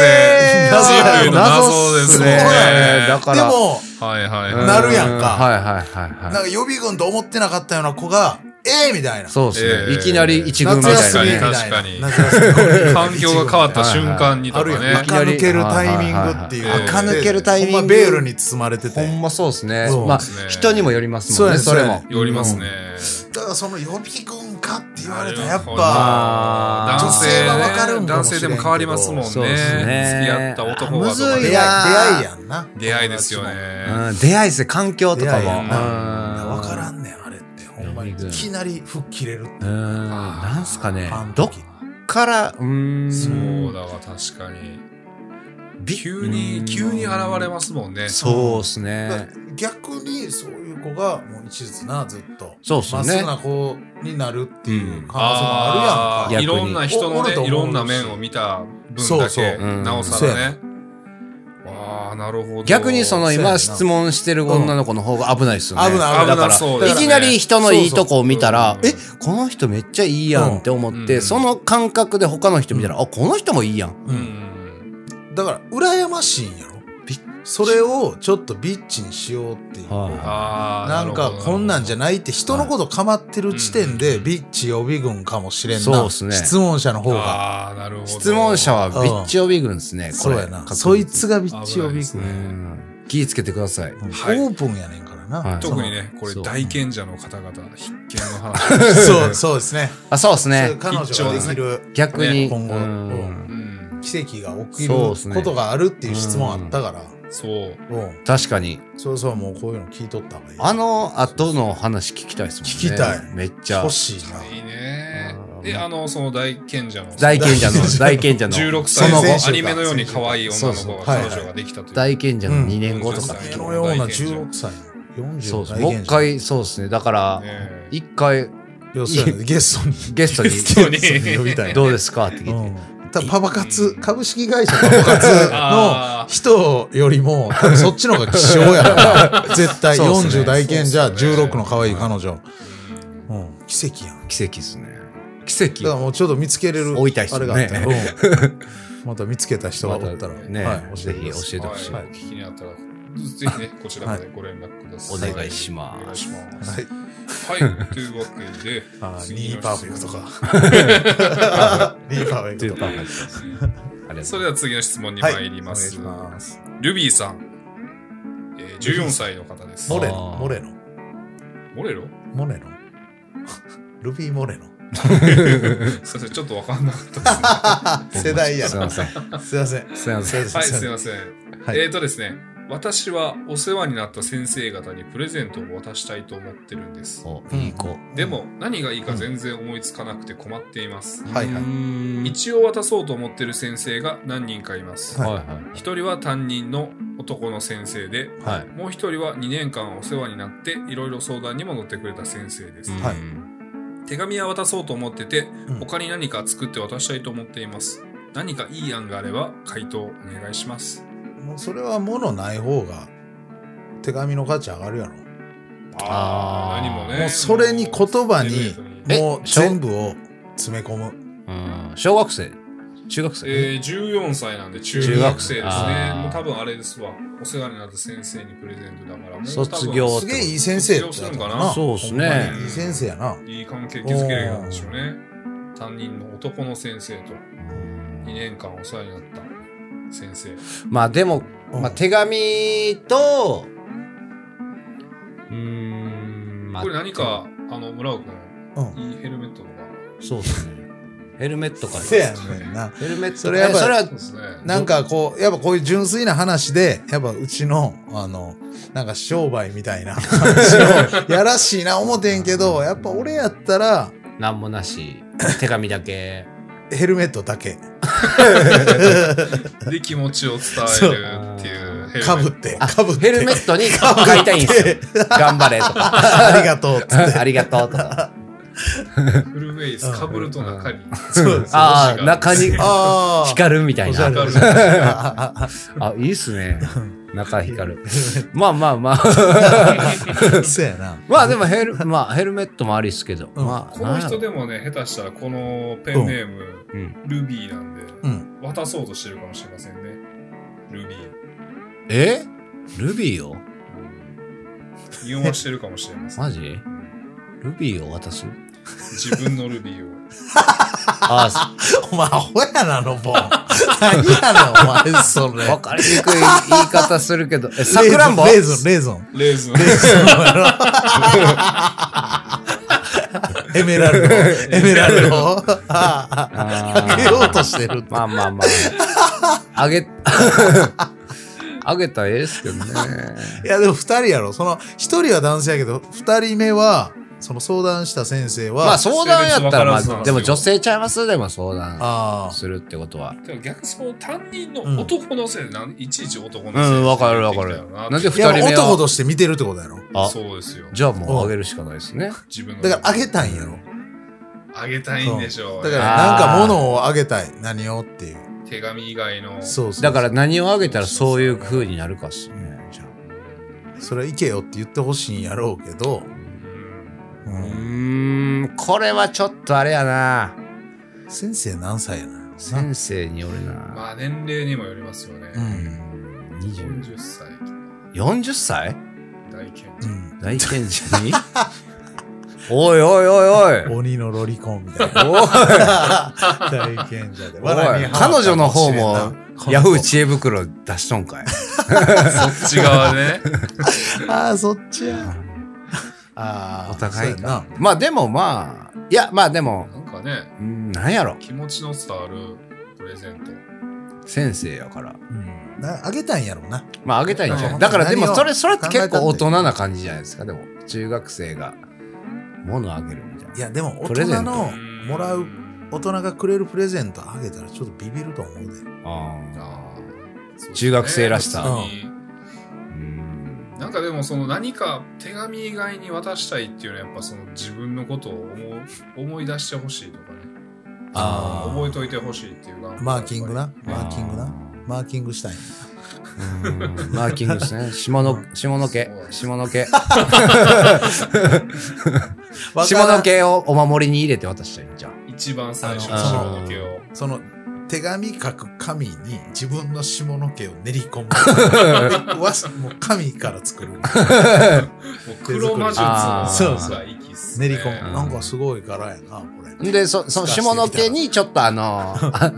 Speaker 2: は
Speaker 3: 人類の
Speaker 1: 謎です
Speaker 2: 謎
Speaker 1: ね
Speaker 2: っだか
Speaker 3: で
Speaker 2: ら。
Speaker 3: も
Speaker 1: はいはい
Speaker 2: うん
Speaker 1: はい。
Speaker 3: なるやんか
Speaker 2: はいはいはい
Speaker 3: な
Speaker 2: は
Speaker 3: んか予備軍と思ってなかったような子がええみたいな
Speaker 2: いう。そうです
Speaker 1: え
Speaker 2: ね。
Speaker 1: え
Speaker 2: いきなり一軍みたい
Speaker 1: 夏休み
Speaker 2: な
Speaker 1: みたい確
Speaker 2: ね。
Speaker 1: かに
Speaker 3: 夏休み
Speaker 1: 環境が変わった瞬間にと
Speaker 3: あ
Speaker 1: か
Speaker 3: る
Speaker 1: ね
Speaker 3: よね。。
Speaker 2: いき
Speaker 3: 垢
Speaker 2: なり
Speaker 3: 抜けるタイミングっていう。
Speaker 1: はいはいはい垢
Speaker 2: 抜けるタイミング
Speaker 3: ほんまベールに包まれて
Speaker 2: ほん
Speaker 3: て。
Speaker 2: まそうですね
Speaker 3: そ。う
Speaker 2: まあ
Speaker 1: ですね、
Speaker 2: 人にもよりますもんね、
Speaker 3: そう
Speaker 2: そ
Speaker 3: や
Speaker 2: れ
Speaker 3: ね
Speaker 2: も。
Speaker 1: よりますね。
Speaker 3: だからその予備軍かって言われたら
Speaker 1: な
Speaker 3: や
Speaker 1: る
Speaker 3: っ
Speaker 1: ほど
Speaker 3: ぱ
Speaker 2: あー
Speaker 1: 男性
Speaker 3: 女性はわかるんかも
Speaker 1: 男
Speaker 3: しれ
Speaker 1: 性
Speaker 3: んけど
Speaker 1: でも変わりますもんね。
Speaker 2: そうですね
Speaker 1: 付き合った男が
Speaker 2: むずい
Speaker 3: 出会い出会いやんな。
Speaker 1: 出会いですよね。
Speaker 2: うん出会いですね、環境とか
Speaker 3: 出
Speaker 2: も。う
Speaker 3: 会い
Speaker 2: ん
Speaker 3: やな。わからんねんあれって。ほんまにい
Speaker 2: 予備軍
Speaker 3: きなり吹っ切れるって。
Speaker 2: うん。なんすかね
Speaker 3: あの。
Speaker 2: どっ
Speaker 3: 時
Speaker 2: から、うーん。
Speaker 1: そうだわ、確かに。
Speaker 2: び
Speaker 1: 急に、急に現れますもんね。
Speaker 2: そうです
Speaker 3: だ
Speaker 2: ね
Speaker 3: か。ら逆にそういう子がもう一途なずっと。
Speaker 2: そうっす
Speaker 3: ま
Speaker 2: よ
Speaker 3: っすぐ
Speaker 2: ね。
Speaker 3: な子になるっていう可能性もあ
Speaker 1: あ
Speaker 3: る
Speaker 1: あ
Speaker 3: やん
Speaker 1: ー、い
Speaker 3: か。
Speaker 1: ろんな人の
Speaker 3: 逆に
Speaker 1: ね、
Speaker 3: お
Speaker 1: いろんな面を見た分
Speaker 3: そう
Speaker 1: だ
Speaker 3: そう
Speaker 1: け、
Speaker 2: うん
Speaker 1: なおさらね。ああ、なるほど。
Speaker 2: 逆にその
Speaker 3: そうやな
Speaker 2: 今質問してる女の子の方が危ないですよね。
Speaker 3: 危ない
Speaker 1: 危
Speaker 2: だか
Speaker 1: な
Speaker 2: ら
Speaker 1: そう
Speaker 3: だ
Speaker 1: で
Speaker 3: か
Speaker 2: い
Speaker 1: す
Speaker 3: ら
Speaker 1: ね
Speaker 2: きなり人のいいとこを見たら、
Speaker 1: そう
Speaker 2: えこの人めっちゃいいやんって思って、
Speaker 1: うん
Speaker 2: その感覚で他の人見たら、あこの人もいいやん
Speaker 1: うん
Speaker 3: だから羨ましいんやろ
Speaker 2: ビッチ
Speaker 3: それをちょっとビッチにしようっていう、
Speaker 2: はい
Speaker 1: ああ
Speaker 3: なんかこんなんじゃないって人のこと構ってる時点でビッチ予備軍かもしれんな、
Speaker 2: そうっすね
Speaker 3: 質問者の方が
Speaker 1: ああーなるほど
Speaker 2: 質問者はビッチ予備軍ですね、こ
Speaker 3: そう
Speaker 2: れ。
Speaker 3: やな
Speaker 2: 確実
Speaker 3: そいつがビッチ予
Speaker 1: 危
Speaker 3: 備軍、
Speaker 1: ない
Speaker 2: う
Speaker 1: ですね
Speaker 2: ん。気ぃつけてください。
Speaker 3: うん
Speaker 1: はい
Speaker 3: オープンやねんからな、
Speaker 2: はい
Speaker 1: 特にねこれ
Speaker 2: そう
Speaker 1: 大賢者の方々必見の
Speaker 3: そ
Speaker 1: 話
Speaker 3: の そうそうですね
Speaker 2: あ、そうです
Speaker 3: そうい
Speaker 2: ね
Speaker 3: う。彼女ができる
Speaker 2: 逆に。
Speaker 1: ね
Speaker 3: 今後
Speaker 2: う
Speaker 1: うんん
Speaker 3: 奇跡が起きる
Speaker 2: そうっすね
Speaker 3: ことがあるっていう質問あったから、
Speaker 1: そう
Speaker 3: うん、
Speaker 2: 確かに。
Speaker 3: そうそうもうこういうの聞いとった方がいい
Speaker 2: あの後の話聞きたいですもんね。
Speaker 3: 聞きたい
Speaker 2: めっちゃ
Speaker 3: 欲。しいない
Speaker 1: いね
Speaker 2: うん
Speaker 1: であのその大賢者の
Speaker 2: 大賢者の、 大賢者の、
Speaker 1: 16
Speaker 2: そ
Speaker 1: 歳の
Speaker 2: の
Speaker 3: 先
Speaker 2: 後、
Speaker 3: 生
Speaker 1: アニメのように可愛い女の
Speaker 2: そう
Speaker 1: 子
Speaker 3: そう
Speaker 1: が
Speaker 3: はい
Speaker 1: 彼
Speaker 3: はい
Speaker 1: 女ができたという
Speaker 2: 大賢者の2年後とか
Speaker 1: うん
Speaker 2: 聞
Speaker 3: 夢
Speaker 2: き
Speaker 3: のような16歳の40
Speaker 2: そうです。
Speaker 3: 代
Speaker 2: もう一回、そうですね。だから
Speaker 1: ね、
Speaker 2: 一回
Speaker 3: 要するにゲストに
Speaker 2: ゲスト
Speaker 1: ゲスト
Speaker 2: に、
Speaker 1: に
Speaker 3: 呼びたい
Speaker 2: どうですかって聞いて。
Speaker 3: うん、ただパパ活株式会社パパ活の人よりも多分そっちの方が希少 やから絶対
Speaker 2: そうっすね
Speaker 3: 40代賢者
Speaker 1: そうっすね
Speaker 3: 16の可愛い彼女、
Speaker 1: うん
Speaker 3: うん、奇跡やん
Speaker 2: 奇跡ですね。奇
Speaker 3: だから
Speaker 2: 跡。
Speaker 3: もうちょっと見つけれる
Speaker 2: 追いたい人
Speaker 3: あれ
Speaker 2: ね
Speaker 3: があ ったら、うんまた見つけた人がおったら、
Speaker 1: また
Speaker 2: ね
Speaker 3: はい、教え
Speaker 2: ぜ
Speaker 3: て
Speaker 2: ひ
Speaker 3: くだ
Speaker 2: 教
Speaker 3: さい
Speaker 2: えてほしい。
Speaker 1: はい、聞きにあったら、ぜひね、こちらまでご連絡ください。
Speaker 2: お願いします
Speaker 1: お願いします。
Speaker 3: はい、
Speaker 1: はい、というわけで
Speaker 3: あー
Speaker 1: 次
Speaker 3: リ
Speaker 1: の
Speaker 3: ー
Speaker 1: 質問
Speaker 3: パーフェクトか。 リーパーフェ
Speaker 2: という
Speaker 3: クト
Speaker 2: パーフ
Speaker 3: か。
Speaker 2: ェクトですね。ありがとうございます
Speaker 1: それでは次の質問に参ります。
Speaker 3: お願いします。
Speaker 1: ルビーさん、えー、14歳の方です。
Speaker 3: モレ
Speaker 2: あ
Speaker 3: ノ、
Speaker 2: ー
Speaker 3: モレノ、
Speaker 1: モレロ
Speaker 3: モレノ。ルビー・モレノ。
Speaker 1: すいません、ちょっとわかんなかったですね。
Speaker 3: 世代や
Speaker 2: すいま
Speaker 3: な。
Speaker 2: せん。
Speaker 3: すいません。
Speaker 2: すいません。
Speaker 1: は
Speaker 3: ん。
Speaker 1: い、すい
Speaker 3: ん。
Speaker 1: ません。
Speaker 3: はい
Speaker 1: えっ、ー、とですね、私はお世話になった先生方にプレゼントを渡したいと思ってるんです。
Speaker 2: お、いい子。は
Speaker 1: でも、何がいいか全然思いつかなくて困っています。
Speaker 3: はいはい
Speaker 2: い
Speaker 1: 一応渡そうと思ってる先生が何人かいます。
Speaker 3: はい
Speaker 2: は
Speaker 1: 一人は担任の男の先生で、
Speaker 2: い。はい。
Speaker 1: もう一人は2年間お世話になっていろいろ相談にも乗ってくれた先生です。
Speaker 3: はい
Speaker 1: 手紙は渡そうと思ってて、
Speaker 3: うん
Speaker 1: 他に何か作って渡したいと思っています。何かいい案があれば回答お願いします。
Speaker 3: もうそれは物ない方が手紙の価値上がるやろ。
Speaker 2: あー
Speaker 1: 何もね。
Speaker 3: もうそれに言葉に
Speaker 2: え
Speaker 3: もう全部を詰め込む。
Speaker 2: うん小学生中学生、
Speaker 1: えー、14歳なんで中
Speaker 2: 中学
Speaker 1: 学生ですね
Speaker 2: あ。ー
Speaker 1: もう多分あれですわ。お世話になった先生にプレゼントだから。もう多分
Speaker 2: 卒業
Speaker 3: すげえいい先生やった
Speaker 1: 卒業するんかな
Speaker 2: そうっすね
Speaker 3: ほんまにいい先生やな。
Speaker 1: いい関係築けるようなんでしょうね。担任の男の先生と2年間お世話になった先生。
Speaker 2: まあでも、
Speaker 3: うん
Speaker 2: まあ、手紙とうーんまあ
Speaker 1: これ何か、あの、村尾く
Speaker 3: うん。
Speaker 1: ん、いいヘルメットとか。
Speaker 2: そうっすねヘルメットか
Speaker 3: せや
Speaker 2: ヘ
Speaker 3: ねんな。
Speaker 2: ルメット
Speaker 3: それやっぱ
Speaker 2: えそれは
Speaker 1: そう ですね。
Speaker 3: なんかこう、やっぱこういう純粋な話で、やっぱうちの、あの、なんか商売みたいな話を、やらしいな思てんけど、やっぱ俺やったら、
Speaker 2: 何もなし手紙だけ
Speaker 3: ヘルメットだけ、
Speaker 1: で、気持ちを伝えるっていうヘルメット。
Speaker 3: かぶって、かぶって。
Speaker 2: ヘルメットに買いたいん ですよ頑張れとか
Speaker 3: ありがとうっつって。
Speaker 2: ありがとうとか
Speaker 1: フルフェイス、かぶると中に。
Speaker 3: そうです。あ
Speaker 2: ああ中 に
Speaker 3: あー。
Speaker 2: 光るみたいな
Speaker 1: 光る
Speaker 2: あいいっすね中光 るまあまあまあ
Speaker 3: そうやな。
Speaker 2: まあでもヘル,、まあ、ヘルメットもありっすけど、
Speaker 3: うん
Speaker 2: まあ
Speaker 1: この人
Speaker 2: で
Speaker 1: でもね、下手したらこのペンネーム、
Speaker 2: うん、
Speaker 1: ルビーなんで、
Speaker 3: うん。
Speaker 1: 渡そうとしてるかもしれませんね。ルビー。
Speaker 2: えルビーを
Speaker 1: 言おうしてるかもしれませ ん。
Speaker 2: マジルビーを渡 す
Speaker 1: 自分のルビーを。
Speaker 2: ああ
Speaker 3: お前、アホやな、ロボ。何やねん、お前、それ。
Speaker 2: 分かりにくい言い方するけどえさくらんぼ
Speaker 3: レーズン、レーズン。
Speaker 1: レーズン。
Speaker 3: エメ ラルド。エメラルド。 あ
Speaker 2: あ
Speaker 3: げようとしてる
Speaker 2: ー。まあまあまああげあげたらええっすけどね
Speaker 3: いや、でも二人やろ。その、一人は男性やけど、二人目は、その相談した先生は、
Speaker 2: まあ相談やったら
Speaker 1: 性別分か
Speaker 2: ま
Speaker 1: らずなん
Speaker 2: あ
Speaker 1: です
Speaker 2: で
Speaker 1: よ
Speaker 2: も女性ちゃいますでも相談
Speaker 3: あ
Speaker 2: するってことは
Speaker 1: でも逆にその担任の男のせいで、なんいちいち男の
Speaker 2: う
Speaker 1: せいで。
Speaker 2: んわかるわかるなんで
Speaker 3: あ。い
Speaker 2: 二人
Speaker 3: や、
Speaker 2: 目
Speaker 3: 男
Speaker 2: は
Speaker 3: として見てるってことやろ。
Speaker 2: あ
Speaker 1: そうですよ。
Speaker 2: じゃあもうあげるしかないですね
Speaker 1: 自分の
Speaker 3: だから、あげたいんやろ。
Speaker 1: あげたいんでしょうね。
Speaker 3: だから、なんか物をあげたい。何をっていう。
Speaker 1: 手紙以外の。
Speaker 3: そうそうそう。
Speaker 2: だから何をあげたらそういう風になるかっすねじゃあ
Speaker 3: それは行けよって言ってほしいんやろうけど、
Speaker 1: うん
Speaker 2: う
Speaker 3: う
Speaker 2: んーんこれはちょっとあれやな
Speaker 3: 先生何歳やな
Speaker 2: 先生によるな。
Speaker 1: まあ年齢にもよりますよね。
Speaker 3: うん。
Speaker 2: 20
Speaker 1: 40歳
Speaker 2: 40歳
Speaker 1: 大剣
Speaker 3: う
Speaker 1: 士。
Speaker 3: ん。
Speaker 2: 大賢者に おいおいおいおい。
Speaker 3: 鬼のロリコンみたいな。
Speaker 2: おい
Speaker 3: 体験者で。
Speaker 2: おい彼女の方もヤフー
Speaker 3: チ。
Speaker 2: 知恵袋出しとんかい。
Speaker 1: そっち側でね。
Speaker 3: ああ、そっちや。ああ、
Speaker 2: お互いか
Speaker 3: そうやな。
Speaker 2: まあでもまあ、いやまあでも、
Speaker 1: なんかね、
Speaker 2: うんなんやろ。
Speaker 1: 気持ちの伝わるプレゼント。
Speaker 2: 先生やから。
Speaker 3: うんなあげたんやろうな。
Speaker 2: まああげたいんじゃ
Speaker 1: う
Speaker 2: なんいだからでも
Speaker 3: 何を
Speaker 2: それ、それって結構
Speaker 3: 考
Speaker 2: 大
Speaker 3: えた
Speaker 2: 人
Speaker 3: んだよ
Speaker 2: な感じじゃないですか。でも、中学生が物あげるみたい
Speaker 3: い
Speaker 2: な。
Speaker 3: や、でも大
Speaker 2: プレゼ
Speaker 3: 人
Speaker 2: ント
Speaker 3: の
Speaker 1: ん
Speaker 3: もらう、大人がくれるプレゼントあげたらちょっとビビると思うで。
Speaker 2: あー
Speaker 1: あーそうですね
Speaker 2: 中学生らしさ
Speaker 1: 普通に
Speaker 2: うん
Speaker 1: なんかでもその何か手紙以外に渡したいっていうのはやっぱその自分のことを思う思い出してほしいとかね
Speaker 2: あー
Speaker 1: 覚えといてほしいっていうか
Speaker 3: マーキングな。マーキング
Speaker 2: あ
Speaker 3: な。マーキングしたい。
Speaker 2: ーうんマーキング ですね。下の、下の毛
Speaker 1: そう。
Speaker 2: 下 の毛。
Speaker 3: わか
Speaker 2: 下
Speaker 3: ら
Speaker 2: の
Speaker 3: ん
Speaker 2: 毛をお守りに入れて渡したいんじゃん。
Speaker 1: 一番最初の
Speaker 2: あ
Speaker 1: 下
Speaker 2: の
Speaker 1: の毛を
Speaker 3: その手紙書く紙に自分の下の毛を練り込む。でわしもう紙から作る。
Speaker 1: もう黒魔術
Speaker 2: あ
Speaker 1: の
Speaker 2: ー
Speaker 1: そうそうが息っす
Speaker 3: 練
Speaker 1: ね
Speaker 3: り込む。
Speaker 2: ん
Speaker 3: なんかすごい柄やな、これ。
Speaker 2: で、そその下の毛にちょっとあの、あ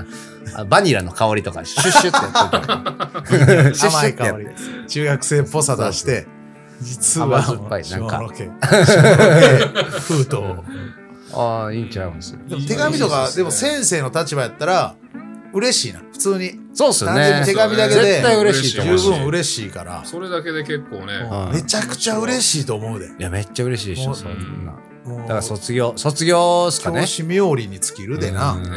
Speaker 2: バニラの香りとかシュッシュってやっとい てシュッシ
Speaker 3: 甘
Speaker 2: ュっ
Speaker 3: い
Speaker 2: てや
Speaker 3: 香
Speaker 2: っ
Speaker 3: り
Speaker 2: て。
Speaker 3: です。中学生っぽさ出して、実は
Speaker 2: 甘酸っぱい
Speaker 3: 下
Speaker 2: なんか
Speaker 3: の毛。下の毛封筒。
Speaker 2: ああ、いいんちゃいます。
Speaker 3: でも手紙と
Speaker 1: いい
Speaker 3: か、
Speaker 1: ですね
Speaker 3: でも先生の立場やったら、嬉しいな。普通に。
Speaker 2: そうっすよ
Speaker 3: 単純
Speaker 2: ね
Speaker 3: に。手紙だけで
Speaker 2: 絶対嬉しいと
Speaker 3: 十
Speaker 2: 思うし。
Speaker 3: 分嬉しいから。
Speaker 1: それだけで結構ね
Speaker 2: ん
Speaker 3: うんめちゃくちゃ嬉しいと思うで。
Speaker 2: いや、めっちゃ嬉しいでし
Speaker 3: も
Speaker 2: ょ、
Speaker 3: う
Speaker 2: そんな。
Speaker 3: だ
Speaker 2: だから卒業、卒業っすかね
Speaker 3: 教。師冥利に尽きるでな。
Speaker 2: うん
Speaker 1: ね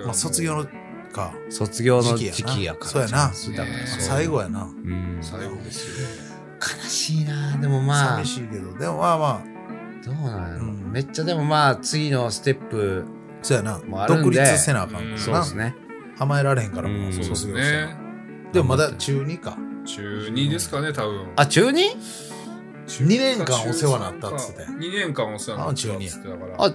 Speaker 3: うん。まあ、卒業のか。
Speaker 2: 卒業の時
Speaker 3: 時期
Speaker 2: 期や
Speaker 3: やな
Speaker 2: から。
Speaker 3: そうやな
Speaker 2: そうだから
Speaker 1: ね
Speaker 2: そう
Speaker 3: 最後やな。
Speaker 2: うん
Speaker 1: え最後ですよ
Speaker 2: 悲しいなでもまあ
Speaker 3: 寂、しいけど。でもまあまあ、
Speaker 2: どうなんやろ
Speaker 3: うん
Speaker 2: めっちゃでもまあ、次のステップ、
Speaker 3: そうやな
Speaker 2: もう。あるんで
Speaker 3: 独立せなあかん
Speaker 1: う
Speaker 3: か
Speaker 1: ん
Speaker 2: そう
Speaker 3: ら
Speaker 2: で
Speaker 3: な
Speaker 2: す。ね。
Speaker 3: 甘えられへんから
Speaker 2: う
Speaker 3: も
Speaker 2: ん
Speaker 3: う
Speaker 1: そうです
Speaker 3: 卒業して
Speaker 1: ね
Speaker 3: な。でもまだ中2か。
Speaker 1: 中2ですかね多分
Speaker 2: あ、中 2?
Speaker 3: 2年間お世話になったっつってたやん。
Speaker 1: 2年間お世話になったっつってたから
Speaker 2: あ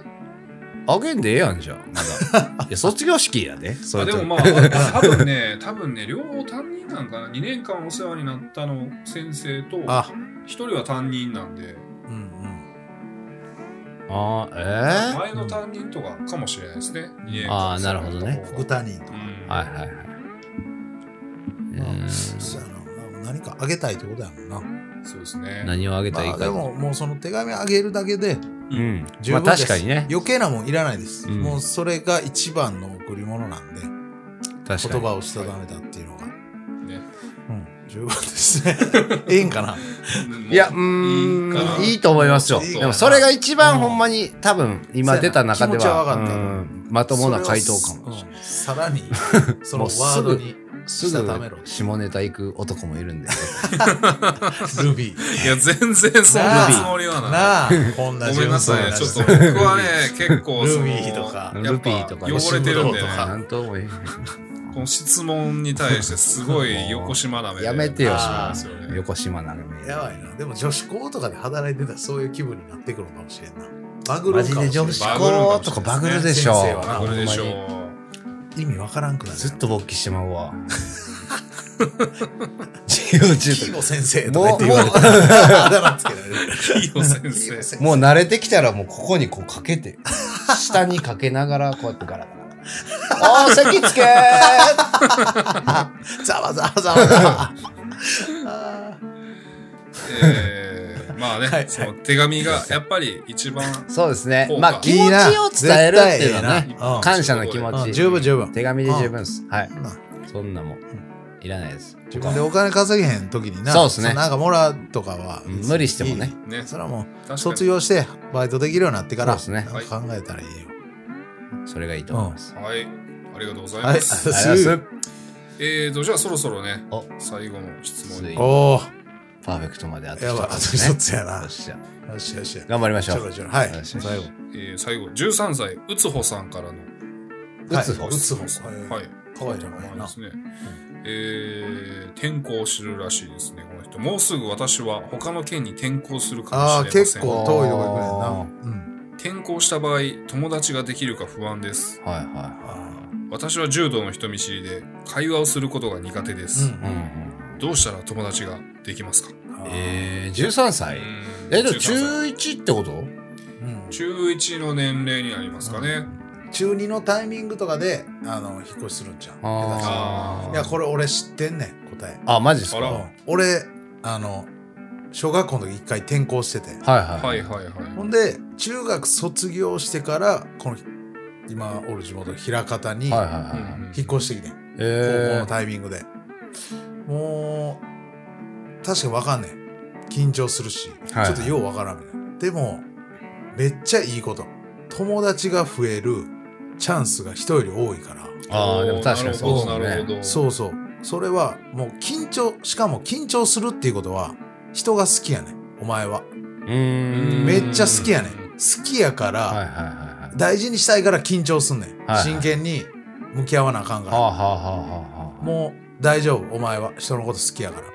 Speaker 2: あげんでええやんじゃん、まだ。 いや、卒業式やで。そ
Speaker 1: あ
Speaker 2: れ
Speaker 1: で
Speaker 2: と
Speaker 1: もまあ、多分ね、多分ね、両方担任なんかな。2年間お世話になったの先生と、1
Speaker 3: あ、
Speaker 1: 人は担任なんで、
Speaker 3: うんうん。
Speaker 2: あー、え
Speaker 1: 前の担任とかかもしれないですね。2年間
Speaker 2: あーなるほどね
Speaker 1: お世話
Speaker 3: 副
Speaker 1: になった方が
Speaker 3: 担任と
Speaker 1: う
Speaker 3: か。
Speaker 1: ん
Speaker 2: えはいはいはい。うー
Speaker 3: そうやな。まあ何かあげたいってことやもんな。
Speaker 1: そうです
Speaker 2: ん
Speaker 1: ね。
Speaker 2: 何をあげたらいい
Speaker 3: まあ
Speaker 2: か。
Speaker 3: でももうその手紙あげるだけで
Speaker 2: うん。
Speaker 3: 十
Speaker 2: まあ
Speaker 3: 分です。
Speaker 2: 確かにね。
Speaker 3: 余計なもんいらないです。
Speaker 2: うん
Speaker 3: もうそれが一番の贈り物なんで、
Speaker 2: 確か
Speaker 3: 言
Speaker 2: に。
Speaker 3: 葉をしただめだっていうのが。
Speaker 1: ね
Speaker 3: うん、十分で すね。ええんかな。
Speaker 1: うん
Speaker 2: いや、
Speaker 1: いい
Speaker 2: う
Speaker 1: か
Speaker 2: ー、
Speaker 1: なん
Speaker 2: いいと思いますよ。
Speaker 3: いいかな
Speaker 2: でも、それが一番
Speaker 3: うん
Speaker 2: ほんまに、多分、今出た中で
Speaker 3: そうやな気持ちは
Speaker 2: は、
Speaker 3: 分かった
Speaker 2: うんまともな回答かもしれ
Speaker 3: うんさら に、その
Speaker 2: も
Speaker 3: ワ
Speaker 2: うすぐ
Speaker 3: ードに、
Speaker 2: ない。
Speaker 3: そ
Speaker 2: す
Speaker 3: う下ためろ
Speaker 2: ぐ、下ネタ行く男もいるんで。
Speaker 3: ルビー。
Speaker 1: いや、全然そんなつもりはない。
Speaker 3: なあ、こんな
Speaker 1: ごめんなさいね。ちょっと僕はね、結構その、
Speaker 3: ルビーとか
Speaker 1: やっ
Speaker 2: ルビー
Speaker 1: ぱ
Speaker 2: とか、
Speaker 1: 汚れてるんで
Speaker 3: 吉
Speaker 1: ね
Speaker 3: 本と、
Speaker 2: なんとも言え
Speaker 1: この質問に対してすごい横島な目で
Speaker 2: やめてよ
Speaker 1: 話してますよ
Speaker 2: へん
Speaker 1: ね
Speaker 2: 横島なめ。
Speaker 3: やばいな。でも女子校とかで働いてたらそういう気分になってくるかもしれんな。バグる
Speaker 2: マ
Speaker 3: ん
Speaker 2: ジ
Speaker 3: かも
Speaker 2: で
Speaker 3: しれん
Speaker 2: 女子
Speaker 1: バ
Speaker 2: 校とかバグるでしょ。
Speaker 3: バ
Speaker 1: バグ
Speaker 3: グるかもしれんね先生はな
Speaker 1: るでしょ
Speaker 2: ほんまに
Speaker 1: う。
Speaker 3: 意味わからんくなる。
Speaker 2: ずっと勃起してまうわ。 授業中
Speaker 3: キーボ先生とか言って言われ た
Speaker 2: も
Speaker 3: ら、あだ名つけられる。
Speaker 1: いいよ先生。
Speaker 2: もう慣れてきたらもうここにこうかけ て、下にかけながらこうやってガラガラ。おー、席つけー
Speaker 3: ざわざわざわざわ。あー
Speaker 1: えーまあね、
Speaker 3: はいはい
Speaker 1: その手紙がやっぱり一番
Speaker 2: そうですね
Speaker 1: そう。か
Speaker 2: まあ気持ちを伝えるっていうのはい
Speaker 3: いな絶対いい
Speaker 2: ね、
Speaker 3: なうん
Speaker 2: 感謝の気
Speaker 3: う
Speaker 2: 持
Speaker 3: ん
Speaker 2: ち。
Speaker 3: 十分十分。
Speaker 2: 手紙で十分です。はい。
Speaker 3: な
Speaker 2: そんなもん、いらないです。
Speaker 3: 自分でお金稼げへん時にな、
Speaker 2: そうっすね
Speaker 3: のなんかもらうとかは、
Speaker 2: うん無理してもね。
Speaker 1: ね。
Speaker 3: それはもう、
Speaker 1: 確かに
Speaker 3: 卒業してバイトできるようになってから、
Speaker 2: そうっすね
Speaker 3: なんか考えたらいいよ。
Speaker 2: それがいいと思います。
Speaker 1: はい。ありがとうござい
Speaker 3: はい、あ
Speaker 1: ま
Speaker 3: り
Speaker 1: す。
Speaker 2: ありがとうございます
Speaker 1: えーと、じゃあそろそろね
Speaker 2: お、
Speaker 1: 最後の質問
Speaker 2: つい
Speaker 1: に。
Speaker 3: お
Speaker 2: パーフェクトまであと
Speaker 3: やばい、あと
Speaker 2: 一つ
Speaker 3: 一
Speaker 2: ね。
Speaker 3: つやな。
Speaker 2: よっ
Speaker 3: よ
Speaker 2: しゃ。
Speaker 3: しよし。ち
Speaker 2: 頑張りましょ
Speaker 3: ょろ
Speaker 2: う。
Speaker 3: ちょろ。はい。
Speaker 2: よしよし
Speaker 3: 最後。
Speaker 1: えー最後、13歳、うつほさんからの。
Speaker 2: うつほ
Speaker 1: うつほさ
Speaker 3: はい
Speaker 1: ん。はい。
Speaker 3: かわいい名
Speaker 1: ま
Speaker 3: 前
Speaker 1: あ
Speaker 3: な
Speaker 1: で。すね。えー、転校するらしいですね、この人。もうすぐ私は他の県に転校するか
Speaker 3: ああ、
Speaker 1: もしれま
Speaker 3: 結
Speaker 1: せん。
Speaker 3: 構遠いとこ行くねんな。うん。
Speaker 1: 転校した場合、友達ができるか不安です。
Speaker 2: はいはいは
Speaker 3: あ
Speaker 1: 私は柔道の人見知りで会話をすることが苦手です、
Speaker 2: うんうん
Speaker 1: どうしたら友達ができますか、
Speaker 2: えー、13歳
Speaker 1: うん
Speaker 2: えでも
Speaker 1: 13歳
Speaker 2: 中1ってこと
Speaker 3: うん
Speaker 1: 中1の年齢になりますかね、
Speaker 3: 中2のタイミングとかであの引っ越しするんじゃん下手したら
Speaker 1: あー
Speaker 3: いやこれ俺知ってんねん答え
Speaker 2: あマジですか
Speaker 1: あら
Speaker 2: はい
Speaker 1: あ
Speaker 3: 俺あの小学校の時一回転校してて
Speaker 2: はい、
Speaker 1: はいはいはい
Speaker 3: ほんで中学卒業してからこの今おる地元の枚方に
Speaker 2: はいはいは
Speaker 3: 引
Speaker 2: い
Speaker 1: うんうん
Speaker 3: っ越してきてん、高校
Speaker 2: え
Speaker 3: のタイミングで、もう確かに分かんねん緊張するし、
Speaker 2: はい
Speaker 3: ちょっとよう分からんみたいなでもめっちゃいいこと友達が増えるチャンスが人より多いから
Speaker 2: ー、ああでも確かにそうです
Speaker 1: な
Speaker 2: よ
Speaker 1: るほ
Speaker 2: ね
Speaker 1: ど。
Speaker 3: そうそうそれはもう緊張しかも緊張するっていうことは人が好きやねんお前は
Speaker 2: うーん
Speaker 3: めっちゃ好きやねん
Speaker 1: うん
Speaker 3: 好きやから、
Speaker 2: はいはいはいはい
Speaker 3: 大事にしたいから緊張すんねん、
Speaker 2: はい
Speaker 3: 真剣に向き合わなあかんから、
Speaker 2: はあはあはあはあはあ
Speaker 3: もう大丈夫お前は人のこと好きやから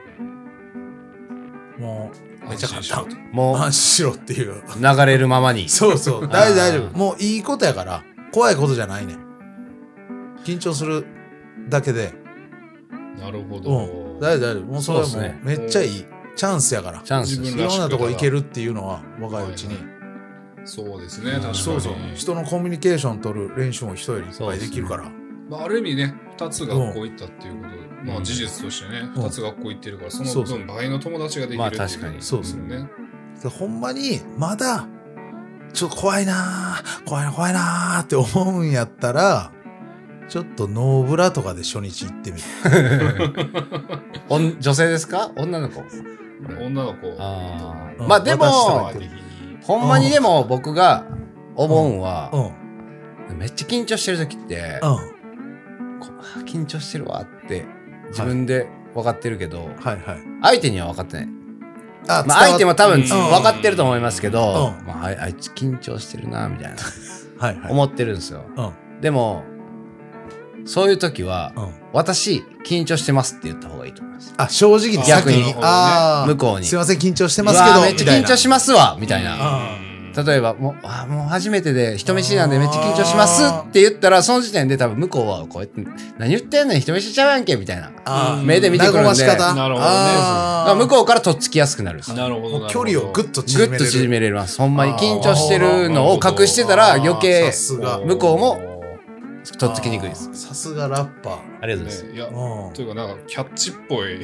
Speaker 3: もうめっちゃ簡単
Speaker 2: もう
Speaker 3: 安心しろっていう
Speaker 2: 流れるままに
Speaker 3: そうそう大
Speaker 2: あー
Speaker 3: 丈夫大丈夫もういいことやから怖いことじゃないねん緊張するだけで
Speaker 1: なるほ
Speaker 3: う
Speaker 1: ど。
Speaker 3: ん大丈夫大丈夫もうそれはも
Speaker 2: そうっすね
Speaker 3: うめっちゃいいチャンスやから
Speaker 2: チャンスで
Speaker 1: 自
Speaker 2: す
Speaker 3: い
Speaker 1: 分ら
Speaker 3: ろ
Speaker 1: し
Speaker 3: ん
Speaker 1: く
Speaker 3: なとこ行けるっていうのは若いうちに、
Speaker 1: はいそうですね、確かに。
Speaker 3: そうそう人のコミュニケーション取る練習も人よりいっぱいできるから、
Speaker 1: まあ、ある意味ね、2つ学校行ったっていうことで、まあ事実としてね、
Speaker 3: うん
Speaker 1: 2つ学校行ってるから、そ
Speaker 3: そ
Speaker 1: の
Speaker 3: うそう
Speaker 1: 分倍の友達ができる
Speaker 2: まあ
Speaker 1: っていう
Speaker 2: 確かに
Speaker 3: そうそう
Speaker 1: ですよね。
Speaker 3: でほんまにまだちょっと怖いなあ怖いな怖いなあって思うんやったらちょっとノーブラとかで初日行ってみる
Speaker 2: おん女性ですか女の子
Speaker 1: 女の子、
Speaker 2: あー
Speaker 3: うん
Speaker 2: まあで
Speaker 3: 私と
Speaker 2: も
Speaker 3: は
Speaker 1: 的に。
Speaker 2: ほんまにでも僕がお盆
Speaker 3: うん
Speaker 2: はめっちゃ緊張してる時って
Speaker 3: うん
Speaker 2: こうあ緊張してるわって自分で分かってるけど
Speaker 3: はいはい
Speaker 2: 相手には分かってない
Speaker 3: あ
Speaker 2: まあ相手も多
Speaker 1: う
Speaker 2: 分
Speaker 1: ん
Speaker 2: 分かってると思いますけど
Speaker 3: うん
Speaker 2: まあああいつ緊張してるなみたいな
Speaker 3: はいはい
Speaker 2: 思ってるんですよ
Speaker 3: うん
Speaker 2: でもそういう時は
Speaker 3: うん
Speaker 2: 私緊張してますって言った方がいいと思います
Speaker 3: あ正直に
Speaker 2: 逆に
Speaker 3: 先ああ
Speaker 2: 向こうに
Speaker 3: すいません緊張してますけ
Speaker 2: うわ
Speaker 3: ど
Speaker 2: ーめっちゃ緊張しますわみたいな
Speaker 3: うん
Speaker 2: 例えばもうあもう初めてで人見知りなんでめっちゃ緊張しますって言ったらその時点で多分向こうはこうやって何言ってんねん人見知りちゃうやんけみたいなだか
Speaker 3: あー
Speaker 1: 目で
Speaker 2: 見てくるんで
Speaker 3: 和まし方
Speaker 1: なるほどね
Speaker 3: あ
Speaker 2: ら
Speaker 3: ー
Speaker 2: 向こうからとっつきやすくなるんです
Speaker 1: なるほどなるほど。
Speaker 3: 距離をぐっと
Speaker 2: ぐ
Speaker 3: 縮
Speaker 2: っ
Speaker 3: めれ
Speaker 2: と
Speaker 3: る
Speaker 2: 縮めれますほんまに緊張してるの
Speaker 1: あ
Speaker 2: を
Speaker 1: ー
Speaker 2: 隠してたら余計
Speaker 3: さすが
Speaker 2: 向こうも
Speaker 1: ね
Speaker 2: とっつきにくいです
Speaker 3: あーさすがラッパ
Speaker 2: ありがとうございます、
Speaker 1: いや
Speaker 3: ー、うん
Speaker 1: というか、なんか、キャッチっぽ い。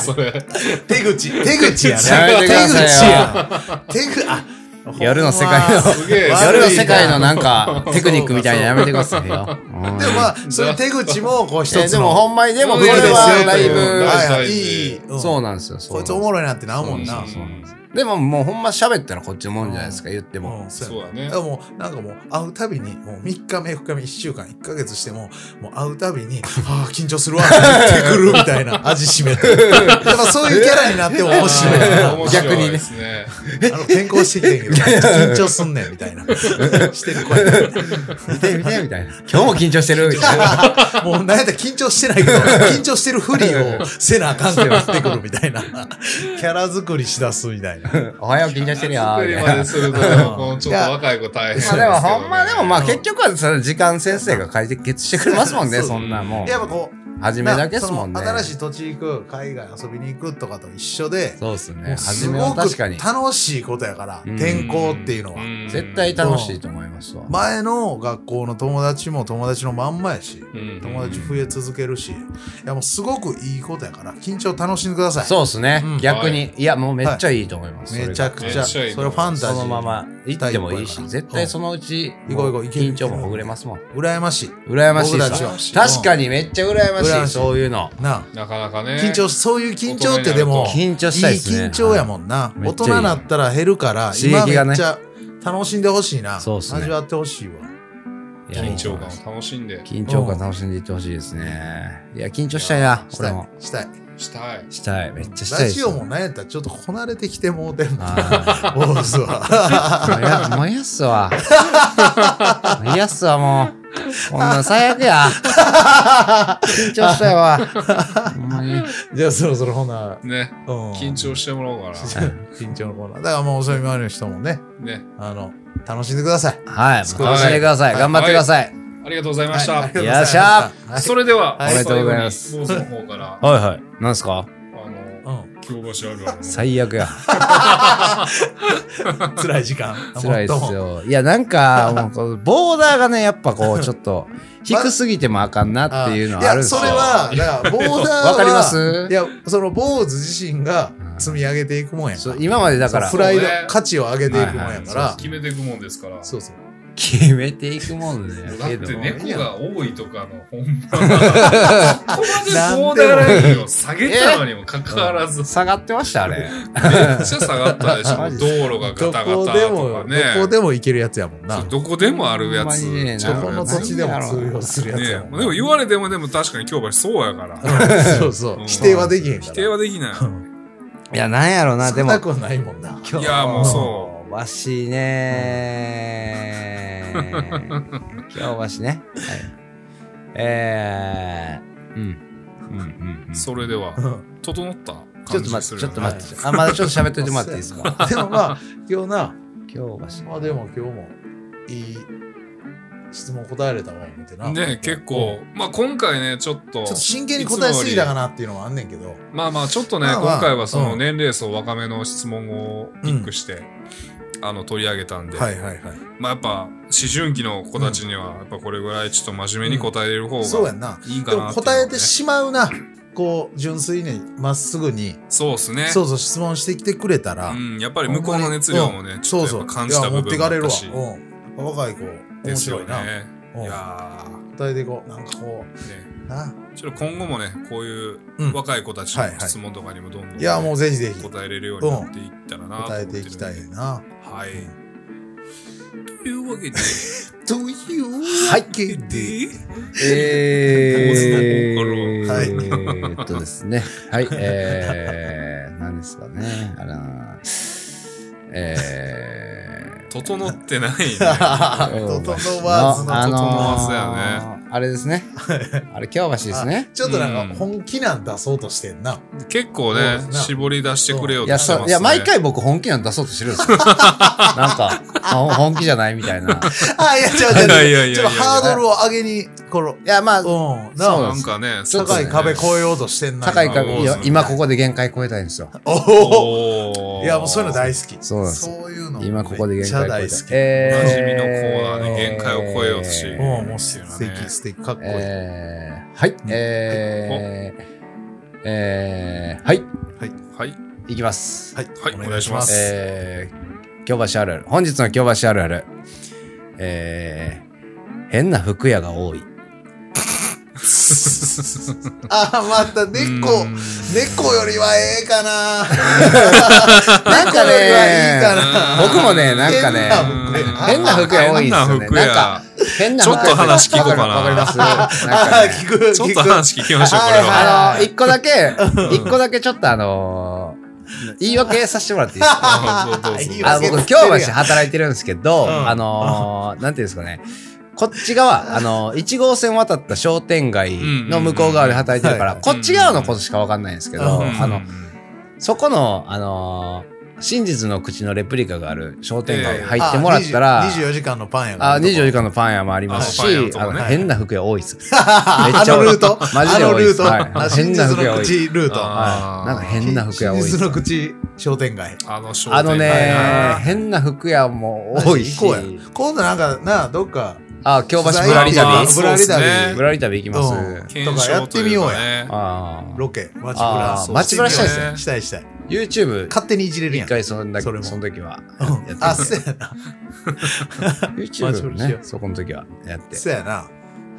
Speaker 1: それ。
Speaker 3: 手口、手口やね。
Speaker 2: やめてくだ
Speaker 3: さい手口や。手口、あ、
Speaker 2: 夜の世界の
Speaker 1: すげえ。
Speaker 3: 悪いな
Speaker 2: 夜の世界のなん かテクニックみたいなのやめてくださいよ、うん
Speaker 3: でもまあ、そういう手口も、こう一つ
Speaker 2: え
Speaker 3: の。
Speaker 2: でもほんまにでもこ
Speaker 1: そう
Speaker 2: れ
Speaker 1: いう
Speaker 2: はだい
Speaker 1: ですよ大
Speaker 2: ぶ
Speaker 3: は
Speaker 1: 事
Speaker 3: いはい、
Speaker 1: 大事
Speaker 3: いい。うん
Speaker 2: そうなんですよそうないん
Speaker 3: こ
Speaker 2: です
Speaker 3: つおもろいなってなもんな。
Speaker 1: そうなんです
Speaker 2: でももうほんま喋ったらこっちのもんじゃないですか言っても、
Speaker 3: うんそう
Speaker 1: そう
Speaker 3: や
Speaker 1: だ
Speaker 3: ね
Speaker 1: ね
Speaker 3: だからもうなんかもう会うたびにもう3日目4日目1週間1ヶ月してももう会うたびに「ああ緊張するわ」って言ってくるみたいな味しめてやっぱそういうキャラになっても面白いな
Speaker 1: 面
Speaker 2: 逆
Speaker 1: 白
Speaker 2: に
Speaker 1: い
Speaker 2: ね
Speaker 1: ですね。
Speaker 3: あの転校してきてんけどめっちゃ緊張すんねんみたいなしてる声
Speaker 2: 見て見てみたいな。今日も緊張してるみたい な。
Speaker 3: もうなんやったら緊張してないけど、緊張してるふりをせなあかんってなってくるみたいな。キャラ作りしだすみたいな。
Speaker 2: おはよう緊張してるよ。
Speaker 1: 作り
Speaker 2: み
Speaker 1: ま
Speaker 2: たいな
Speaker 1: ですると、このちょっと若い子大変です
Speaker 2: まあ
Speaker 1: け
Speaker 2: で
Speaker 1: ど
Speaker 2: も
Speaker 1: ね
Speaker 2: ほんまでもまあ結局はその時間先生が解決してくれますもんね、
Speaker 3: そう
Speaker 2: そんなもん。
Speaker 3: やっぱこう、
Speaker 2: 初めだけですもんね
Speaker 3: な。その新しい土地行く、海外遊びに行くとかと一緒で、
Speaker 2: そうっす
Speaker 3: も
Speaker 2: ね。
Speaker 3: う
Speaker 2: 初
Speaker 3: す
Speaker 2: め
Speaker 3: ご
Speaker 2: は
Speaker 3: く
Speaker 2: 確かに。
Speaker 3: 楽しいことやから、
Speaker 2: うん
Speaker 3: 転校っていうのは。
Speaker 1: ん
Speaker 2: 絶対楽しいと思いますわ。
Speaker 3: 前の学校の友達も友達のまんまやし、
Speaker 1: うん
Speaker 3: 友達増え続けるし、いやもうすごくいいことやから、緊張楽しんでください。
Speaker 2: そうっすね
Speaker 3: う。ん
Speaker 2: 逆
Speaker 1: は
Speaker 2: に。いや、もうめっちゃいいと思います。それが
Speaker 3: めちゃくち
Speaker 1: めっ
Speaker 3: ゃ、
Speaker 1: ち
Speaker 3: そ
Speaker 1: ゃいい
Speaker 3: れ
Speaker 1: と
Speaker 3: フ
Speaker 1: 思う
Speaker 3: ァンタジー。
Speaker 2: そのまま行ってもいいし
Speaker 3: う、ん
Speaker 2: 絶対そのうち、
Speaker 3: 行こう行こう行ける
Speaker 2: 緊張もほぐれますもん。
Speaker 3: 羨ましい。
Speaker 2: 羨ましい
Speaker 3: 僕
Speaker 2: で
Speaker 3: たちは
Speaker 2: す確かにめっちゃ羨まし
Speaker 3: 羨ま
Speaker 2: い、
Speaker 3: しい
Speaker 2: そういうの。
Speaker 3: なあ。
Speaker 1: なかなかね。
Speaker 3: 緊張そういう緊張ってでも
Speaker 1: 大
Speaker 2: 緊張したいですね
Speaker 3: い緊張やもんな、
Speaker 2: はい
Speaker 3: 大人になったら減るから
Speaker 2: 刺激
Speaker 3: 今め
Speaker 2: がね
Speaker 3: っちゃ楽しんでほしいな、
Speaker 2: そうっすね
Speaker 3: 味わってほしいわ
Speaker 2: いや
Speaker 1: 緊張感を楽しんで
Speaker 2: 緊張感楽しんでいってほしいですね。いや、緊張したいな、
Speaker 3: した
Speaker 2: 俺
Speaker 3: い
Speaker 2: も。
Speaker 3: したい
Speaker 1: したい。
Speaker 2: したい、めっちゃしたい
Speaker 3: ラ
Speaker 2: です
Speaker 3: ジ
Speaker 2: よ。
Speaker 3: オもなんやったらちょっとこなれてきてもうても
Speaker 2: あ
Speaker 3: オーズは
Speaker 2: あ、もうやもうやっすわ。もうやっすわ、もう。こんなん最悪や。緊張したよ わ。ほんまに。
Speaker 3: じゃあそろそろほな、
Speaker 1: ね、
Speaker 3: うん
Speaker 1: 緊張してもらおうか
Speaker 3: 緊張のコーナー。だからもう遅い周りの人もね、
Speaker 1: な。 ね、
Speaker 3: あの、楽しんでください。
Speaker 2: はい。もう楽しんでください。
Speaker 3: はい
Speaker 2: 頑張ってください。
Speaker 1: ありがとうございました。
Speaker 3: はいありがとうござ
Speaker 2: よっしゃ
Speaker 3: まし
Speaker 1: それでは、
Speaker 3: はい
Speaker 2: ありがとうございま
Speaker 1: 最後に坊主の方から、あ
Speaker 2: はいはい。なんすか
Speaker 1: の、
Speaker 3: たうん。
Speaker 1: 京橋あるあるの。
Speaker 2: 最悪や。
Speaker 3: 辛い時間。
Speaker 2: 辛いで
Speaker 3: も
Speaker 2: す
Speaker 3: とも。
Speaker 2: よ。いや、なんか、もうこう、ボーダーがね、やっぱこう、ちょっと、低すぎてもあかんなっていうの
Speaker 3: い
Speaker 2: はあるん
Speaker 3: や、
Speaker 2: です
Speaker 3: そ
Speaker 2: よ。
Speaker 3: れは、だから、ボーダーは。
Speaker 2: わかります
Speaker 3: いや、その、坊主自身が積み上げていくもんやか
Speaker 2: そ
Speaker 3: ら
Speaker 2: う。今までだから
Speaker 3: プ、ライド
Speaker 1: そうね、
Speaker 3: 価値を上げていくもんや
Speaker 2: だ
Speaker 3: から。
Speaker 1: 決めていくもんですから。
Speaker 3: そうそう。
Speaker 2: 決めていくもんね。
Speaker 1: だっ
Speaker 2: け
Speaker 1: て
Speaker 2: ど
Speaker 1: 猫が多いとかの本番ここまでボーダーラインを下げたのにもかかわらずめっ
Speaker 2: 下がってました、あれ。
Speaker 1: ちゃ下がった でしょ
Speaker 2: マジ
Speaker 1: 道路が
Speaker 3: ど
Speaker 1: ガタガタ
Speaker 3: こで
Speaker 1: と
Speaker 3: も
Speaker 1: か、ね
Speaker 3: どこでも行けるやつやもんな。
Speaker 1: そう
Speaker 3: ど
Speaker 1: どこでもあるやつ
Speaker 2: ほんまにね
Speaker 1: ちょっと
Speaker 3: この土地でも通用するやつ
Speaker 1: ね
Speaker 3: や
Speaker 1: で
Speaker 3: もんな。
Speaker 1: も言われてもでも確かに京橋そうやから
Speaker 3: そうそうう。
Speaker 1: ん
Speaker 3: 否定はできへんから。
Speaker 1: 否定はできない
Speaker 2: いや、なんやろな、で
Speaker 3: 少
Speaker 2: も。
Speaker 3: な。くはないもんな。
Speaker 1: いやもうそう
Speaker 2: わしねー。今日わしね。はい。えー、うん。うんうんうん、
Speaker 1: それでは
Speaker 3: うん
Speaker 1: 整った
Speaker 2: ちょ
Speaker 1: 感
Speaker 2: っと
Speaker 1: じが
Speaker 2: 待
Speaker 1: す
Speaker 2: っ
Speaker 1: る
Speaker 2: て、ちょっと
Speaker 1: よね
Speaker 2: 待って。あ、まだちょっと喋っといてもらっていいですか
Speaker 3: でもまあ、 今日な、
Speaker 2: 今日はし。
Speaker 3: まあでも今日もいい質問答えれたわ、思ってな。
Speaker 1: ね結
Speaker 3: うん。
Speaker 1: 構まあ今回ねちょっと
Speaker 3: ちょっと真剣に答えすぎたかなっていうのもあんねんけど。
Speaker 1: まあまあちょっとね、
Speaker 3: まあまあ
Speaker 1: 今回はその
Speaker 3: うん
Speaker 1: 年齢層若めの質問をピックして、あの取り上げたんで、
Speaker 3: はいはいはい。
Speaker 1: まあやっぱ思春期の子たちにはやっぱこれぐらいちょっと真面目に答えれる方
Speaker 3: そうや
Speaker 1: が
Speaker 3: んな。
Speaker 1: いいか
Speaker 3: で
Speaker 1: な
Speaker 3: も
Speaker 1: っ
Speaker 3: 答えて
Speaker 1: し
Speaker 3: しまうな。こう、純粋に、まっすぐに、
Speaker 1: そうですね
Speaker 3: そうそう質問してきてくれたら
Speaker 1: う、ん、やっぱり向こうの熱量もね、ちょ
Speaker 3: そ
Speaker 1: っとやっ
Speaker 3: うそう
Speaker 1: ぱ感じた部分もあったし
Speaker 3: いや持ってかれるわ。うん。若い子、
Speaker 1: で
Speaker 3: 面
Speaker 1: す
Speaker 3: 白
Speaker 1: よ
Speaker 3: いな。
Speaker 1: ね
Speaker 3: うん
Speaker 1: いや
Speaker 3: 答えていこう。なんかこ
Speaker 1: ーね
Speaker 3: う、な。
Speaker 1: ちょっと今後もねこういう
Speaker 3: うん
Speaker 1: 若い子たち
Speaker 3: はいは
Speaker 1: の
Speaker 3: い
Speaker 1: 質問とかにもどんどんね、
Speaker 3: いや、もうぜひぜひ、
Speaker 1: 答えれるようになっていったらなと思
Speaker 3: 答
Speaker 1: る
Speaker 3: え
Speaker 1: ん
Speaker 3: て
Speaker 1: で
Speaker 3: いきたいな。
Speaker 1: はいというわけで
Speaker 3: という
Speaker 2: はい
Speaker 3: けで、
Speaker 1: で
Speaker 2: えー、
Speaker 3: はい
Speaker 2: えーっとですね。はい、えー、何ですかね。あらえー、
Speaker 1: 整ってないね。
Speaker 3: トトノワーズの
Speaker 2: あ
Speaker 3: トトノ
Speaker 1: ワーズ
Speaker 2: あのーあれですね。あれ、京橋ですね。
Speaker 3: ちょっとなん
Speaker 1: うん
Speaker 3: か本気なん出そうとしてんな。
Speaker 1: 結構
Speaker 3: そう
Speaker 1: ね
Speaker 3: です、な
Speaker 1: 絞り出してくれよう
Speaker 2: い
Speaker 1: と
Speaker 2: や、
Speaker 1: してます、
Speaker 2: そ
Speaker 1: ね。
Speaker 2: ういや、毎。回僕本気なん出そうとしてるんですよ。なん か、あ本気じゃないみたいな。い
Speaker 3: あ、いや、違う
Speaker 1: いやいや
Speaker 3: 違う違う。
Speaker 1: いやいや。
Speaker 3: ちょっとハードルを上げに、この、
Speaker 2: や、まあ、
Speaker 3: うん、
Speaker 2: そう
Speaker 3: な
Speaker 1: なんかね、
Speaker 2: ちょっと
Speaker 3: 高
Speaker 2: ね
Speaker 3: い壁越えようとしてんな。
Speaker 2: 高い
Speaker 1: まあ
Speaker 2: 壁、いや
Speaker 1: そうですね
Speaker 2: 今ここで限界超えたいんですよ。
Speaker 3: おお。
Speaker 1: おー
Speaker 3: いや、もうそういうの大好き。
Speaker 2: そうなんですよ
Speaker 3: そういうの。
Speaker 2: 今ここで
Speaker 3: めっ
Speaker 2: 限
Speaker 3: ちゃ
Speaker 2: 界超え
Speaker 3: 大好
Speaker 2: たい。
Speaker 3: き。
Speaker 2: え
Speaker 1: おなじみのコーナーで限界を超えようとし
Speaker 2: え
Speaker 3: うん、もう
Speaker 1: ですよね
Speaker 3: 素敵、素敵、かっこいい。
Speaker 2: えー、はい、えー、えー、はい、
Speaker 1: はい。
Speaker 2: いきます。
Speaker 3: はい、
Speaker 1: はいお願いします
Speaker 2: えー、京橋あるある。本日の京橋あるある。えー、変な服屋が多い。
Speaker 3: あ、また猫
Speaker 1: う、 ん
Speaker 3: 猫よりはええかな。
Speaker 2: なんか
Speaker 3: 猫よりはいいか
Speaker 2: ね、
Speaker 3: な。
Speaker 2: 僕もね、なんかね、
Speaker 1: 変な服屋
Speaker 2: 変な服屋多いですよねなんか変な
Speaker 1: ちょっと話聞こうかな
Speaker 2: わかります。
Speaker 3: あ
Speaker 2: なんかね
Speaker 3: ー、聞く、
Speaker 1: ちょっ
Speaker 3: 聞
Speaker 1: と
Speaker 3: く。
Speaker 1: 話聞きましょう、これ
Speaker 3: はい
Speaker 1: は。
Speaker 2: あの、一個だけ、一個だけちょっとあのー言い訳させてもらっていいですか
Speaker 1: どうぞどうぞ
Speaker 3: いいわ
Speaker 2: あ
Speaker 3: け
Speaker 2: 僕、
Speaker 3: つ
Speaker 2: 京
Speaker 3: けてるやん
Speaker 2: 橋で働いてるんですけど、
Speaker 3: うん
Speaker 2: あのーなんていうんですかね。こっち側、あのー、1号線渡った商店街の向こう側で働いてるから、
Speaker 3: うんうん
Speaker 2: こっち側のことしかわかんないんですけど、
Speaker 3: うん
Speaker 1: うん
Speaker 2: あの、そこの、あのー真実の口のレプリカがある商店街入ってもらったら、
Speaker 3: あ20 24時間のパンやから
Speaker 2: あ、24時間のパン屋もありますし、
Speaker 1: あパン屋のと
Speaker 2: あ
Speaker 1: こね
Speaker 2: の、変な服屋多いっす。
Speaker 3: あのルート
Speaker 2: マジ
Speaker 3: あ
Speaker 2: で
Speaker 3: の
Speaker 2: 多い
Speaker 3: ル
Speaker 2: で
Speaker 3: ー
Speaker 2: す
Speaker 3: ト、
Speaker 2: はい
Speaker 3: あ真実の口ルート。
Speaker 1: あ
Speaker 2: はい。なんか変な服屋多いっ
Speaker 3: 真
Speaker 2: す
Speaker 3: 実。の口商店街。
Speaker 1: あの商店
Speaker 2: あの
Speaker 1: 街
Speaker 2: ね
Speaker 1: な、
Speaker 2: 変な服屋も多いし、
Speaker 3: 行こうや。今度なんか、なあ、どっか、
Speaker 2: あ、京橋ぶ
Speaker 3: 取
Speaker 2: ら
Speaker 3: 材
Speaker 2: り
Speaker 3: 行って
Speaker 2: 旅
Speaker 1: あ
Speaker 3: ぶらり
Speaker 1: そうっすね
Speaker 3: 旅
Speaker 2: ぶ。らり旅行きます。
Speaker 3: うん
Speaker 1: 検証というか
Speaker 3: とか
Speaker 1: ね。
Speaker 2: ああ。
Speaker 3: ロケ、街ぶ
Speaker 2: あ
Speaker 3: ら。
Speaker 2: ー街ぶらしたいです
Speaker 1: ね
Speaker 3: したいしたい。
Speaker 2: YouTube、
Speaker 3: 勝手にいじれるや
Speaker 2: 一
Speaker 3: ん。
Speaker 2: 回そんだ
Speaker 3: それも
Speaker 2: その時 は
Speaker 3: うん
Speaker 2: や
Speaker 3: あ、
Speaker 2: って
Speaker 3: そ
Speaker 2: み
Speaker 3: うやな。
Speaker 2: て。
Speaker 3: マジ
Speaker 2: YouTube
Speaker 3: 無
Speaker 2: を
Speaker 3: 理しよ
Speaker 2: ね、
Speaker 3: う
Speaker 2: そこの時はやって。
Speaker 3: そうやな。は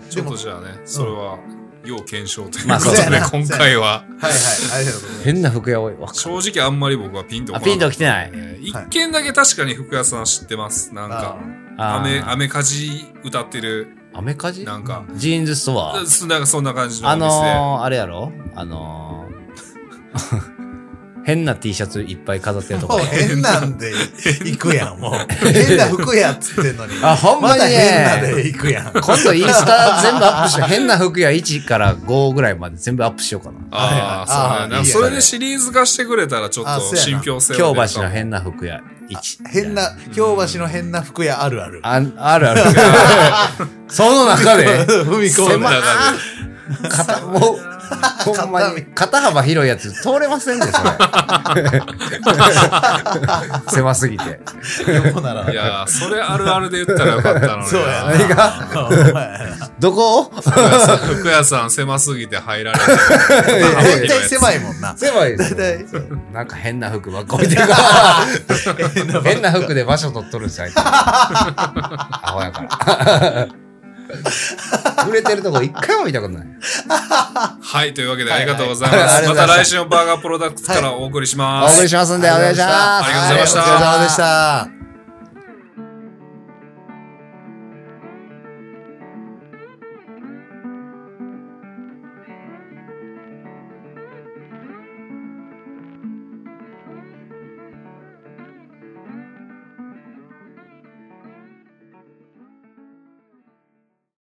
Speaker 1: ちょっとじゃあね、それは、要検証という
Speaker 2: ま
Speaker 1: こ
Speaker 2: あ
Speaker 1: と
Speaker 2: そう
Speaker 1: で
Speaker 2: や、
Speaker 3: な
Speaker 1: 今回は。
Speaker 3: いはい。ありがとうございます。
Speaker 2: 変な服屋多い。わか
Speaker 1: 正直あんまり僕はピンとこな
Speaker 2: あ
Speaker 1: かった
Speaker 2: ピンと来てない。
Speaker 1: えー一件だけ確かに福屋さん知ってます。なんか、
Speaker 2: あ
Speaker 1: 雨、
Speaker 2: ー、
Speaker 1: 雨かじ歌ってる、
Speaker 2: アメカジ
Speaker 1: なんか、
Speaker 2: ジーンズストア。
Speaker 1: そなんかそんな感じのお
Speaker 2: あ
Speaker 1: 店。
Speaker 2: のー、あれやろあのー、変な T シャツいっぱい飾ってると
Speaker 3: も
Speaker 2: こ
Speaker 3: う。 変なんで行くやん、もう。変な服やっつってんのに。
Speaker 2: あ、ほんま
Speaker 3: ま
Speaker 2: に
Speaker 3: だ変な
Speaker 2: ね。
Speaker 3: で行くやん。
Speaker 2: 今度インスタ全部アップして、変な服や1から5ぐらいまで全部アップしようかな。
Speaker 1: あ
Speaker 3: はいはい
Speaker 1: あ、そうや
Speaker 3: あー
Speaker 1: ない
Speaker 3: いや
Speaker 1: それでシリーズ化してくれたらちょっ
Speaker 3: あ
Speaker 1: と
Speaker 3: そうや
Speaker 1: 信
Speaker 3: な
Speaker 1: 憑性
Speaker 2: 京
Speaker 1: は出るか
Speaker 2: 橋の
Speaker 1: も
Speaker 2: 変な服や1。
Speaker 3: 変な、京橋の変な服屋あるある。
Speaker 2: あ。あるある。その中で、
Speaker 3: 踏み
Speaker 1: そ
Speaker 3: 込
Speaker 1: ん
Speaker 3: ん
Speaker 1: な
Speaker 3: だ。
Speaker 1: 中で
Speaker 2: 肩、もう、ほんまに、肩幅広いやつ通れませんね、それ。 狭すぎて。
Speaker 3: 横なら。
Speaker 1: いやーそれあるあるで言ったらよかったのに
Speaker 3: そうや
Speaker 1: な
Speaker 3: な。
Speaker 2: 何が
Speaker 3: お前ら
Speaker 2: どこを
Speaker 1: 服屋さん狭すぎて入られ
Speaker 3: 絶対
Speaker 1: い
Speaker 3: 狭いもんな。
Speaker 2: 狭いです
Speaker 3: 絶対。
Speaker 2: なんか変な服ばっか置いてる から。変な服で場所取っとるんですよ、あいつアホ やから。売れてるとこ一回も見たことない。
Speaker 1: はいというわけで
Speaker 3: は
Speaker 1: あ
Speaker 3: い
Speaker 1: りがとうございま
Speaker 3: あ
Speaker 1: すま
Speaker 3: りがとうござ
Speaker 1: た
Speaker 3: いまし
Speaker 1: 来
Speaker 3: た
Speaker 1: 週のバーガープロダクツからお送りしま
Speaker 2: お
Speaker 1: す
Speaker 2: 送りしますんで、お願いしま
Speaker 1: あ
Speaker 2: す。
Speaker 1: りがとうございました
Speaker 3: はお疲れ様でした。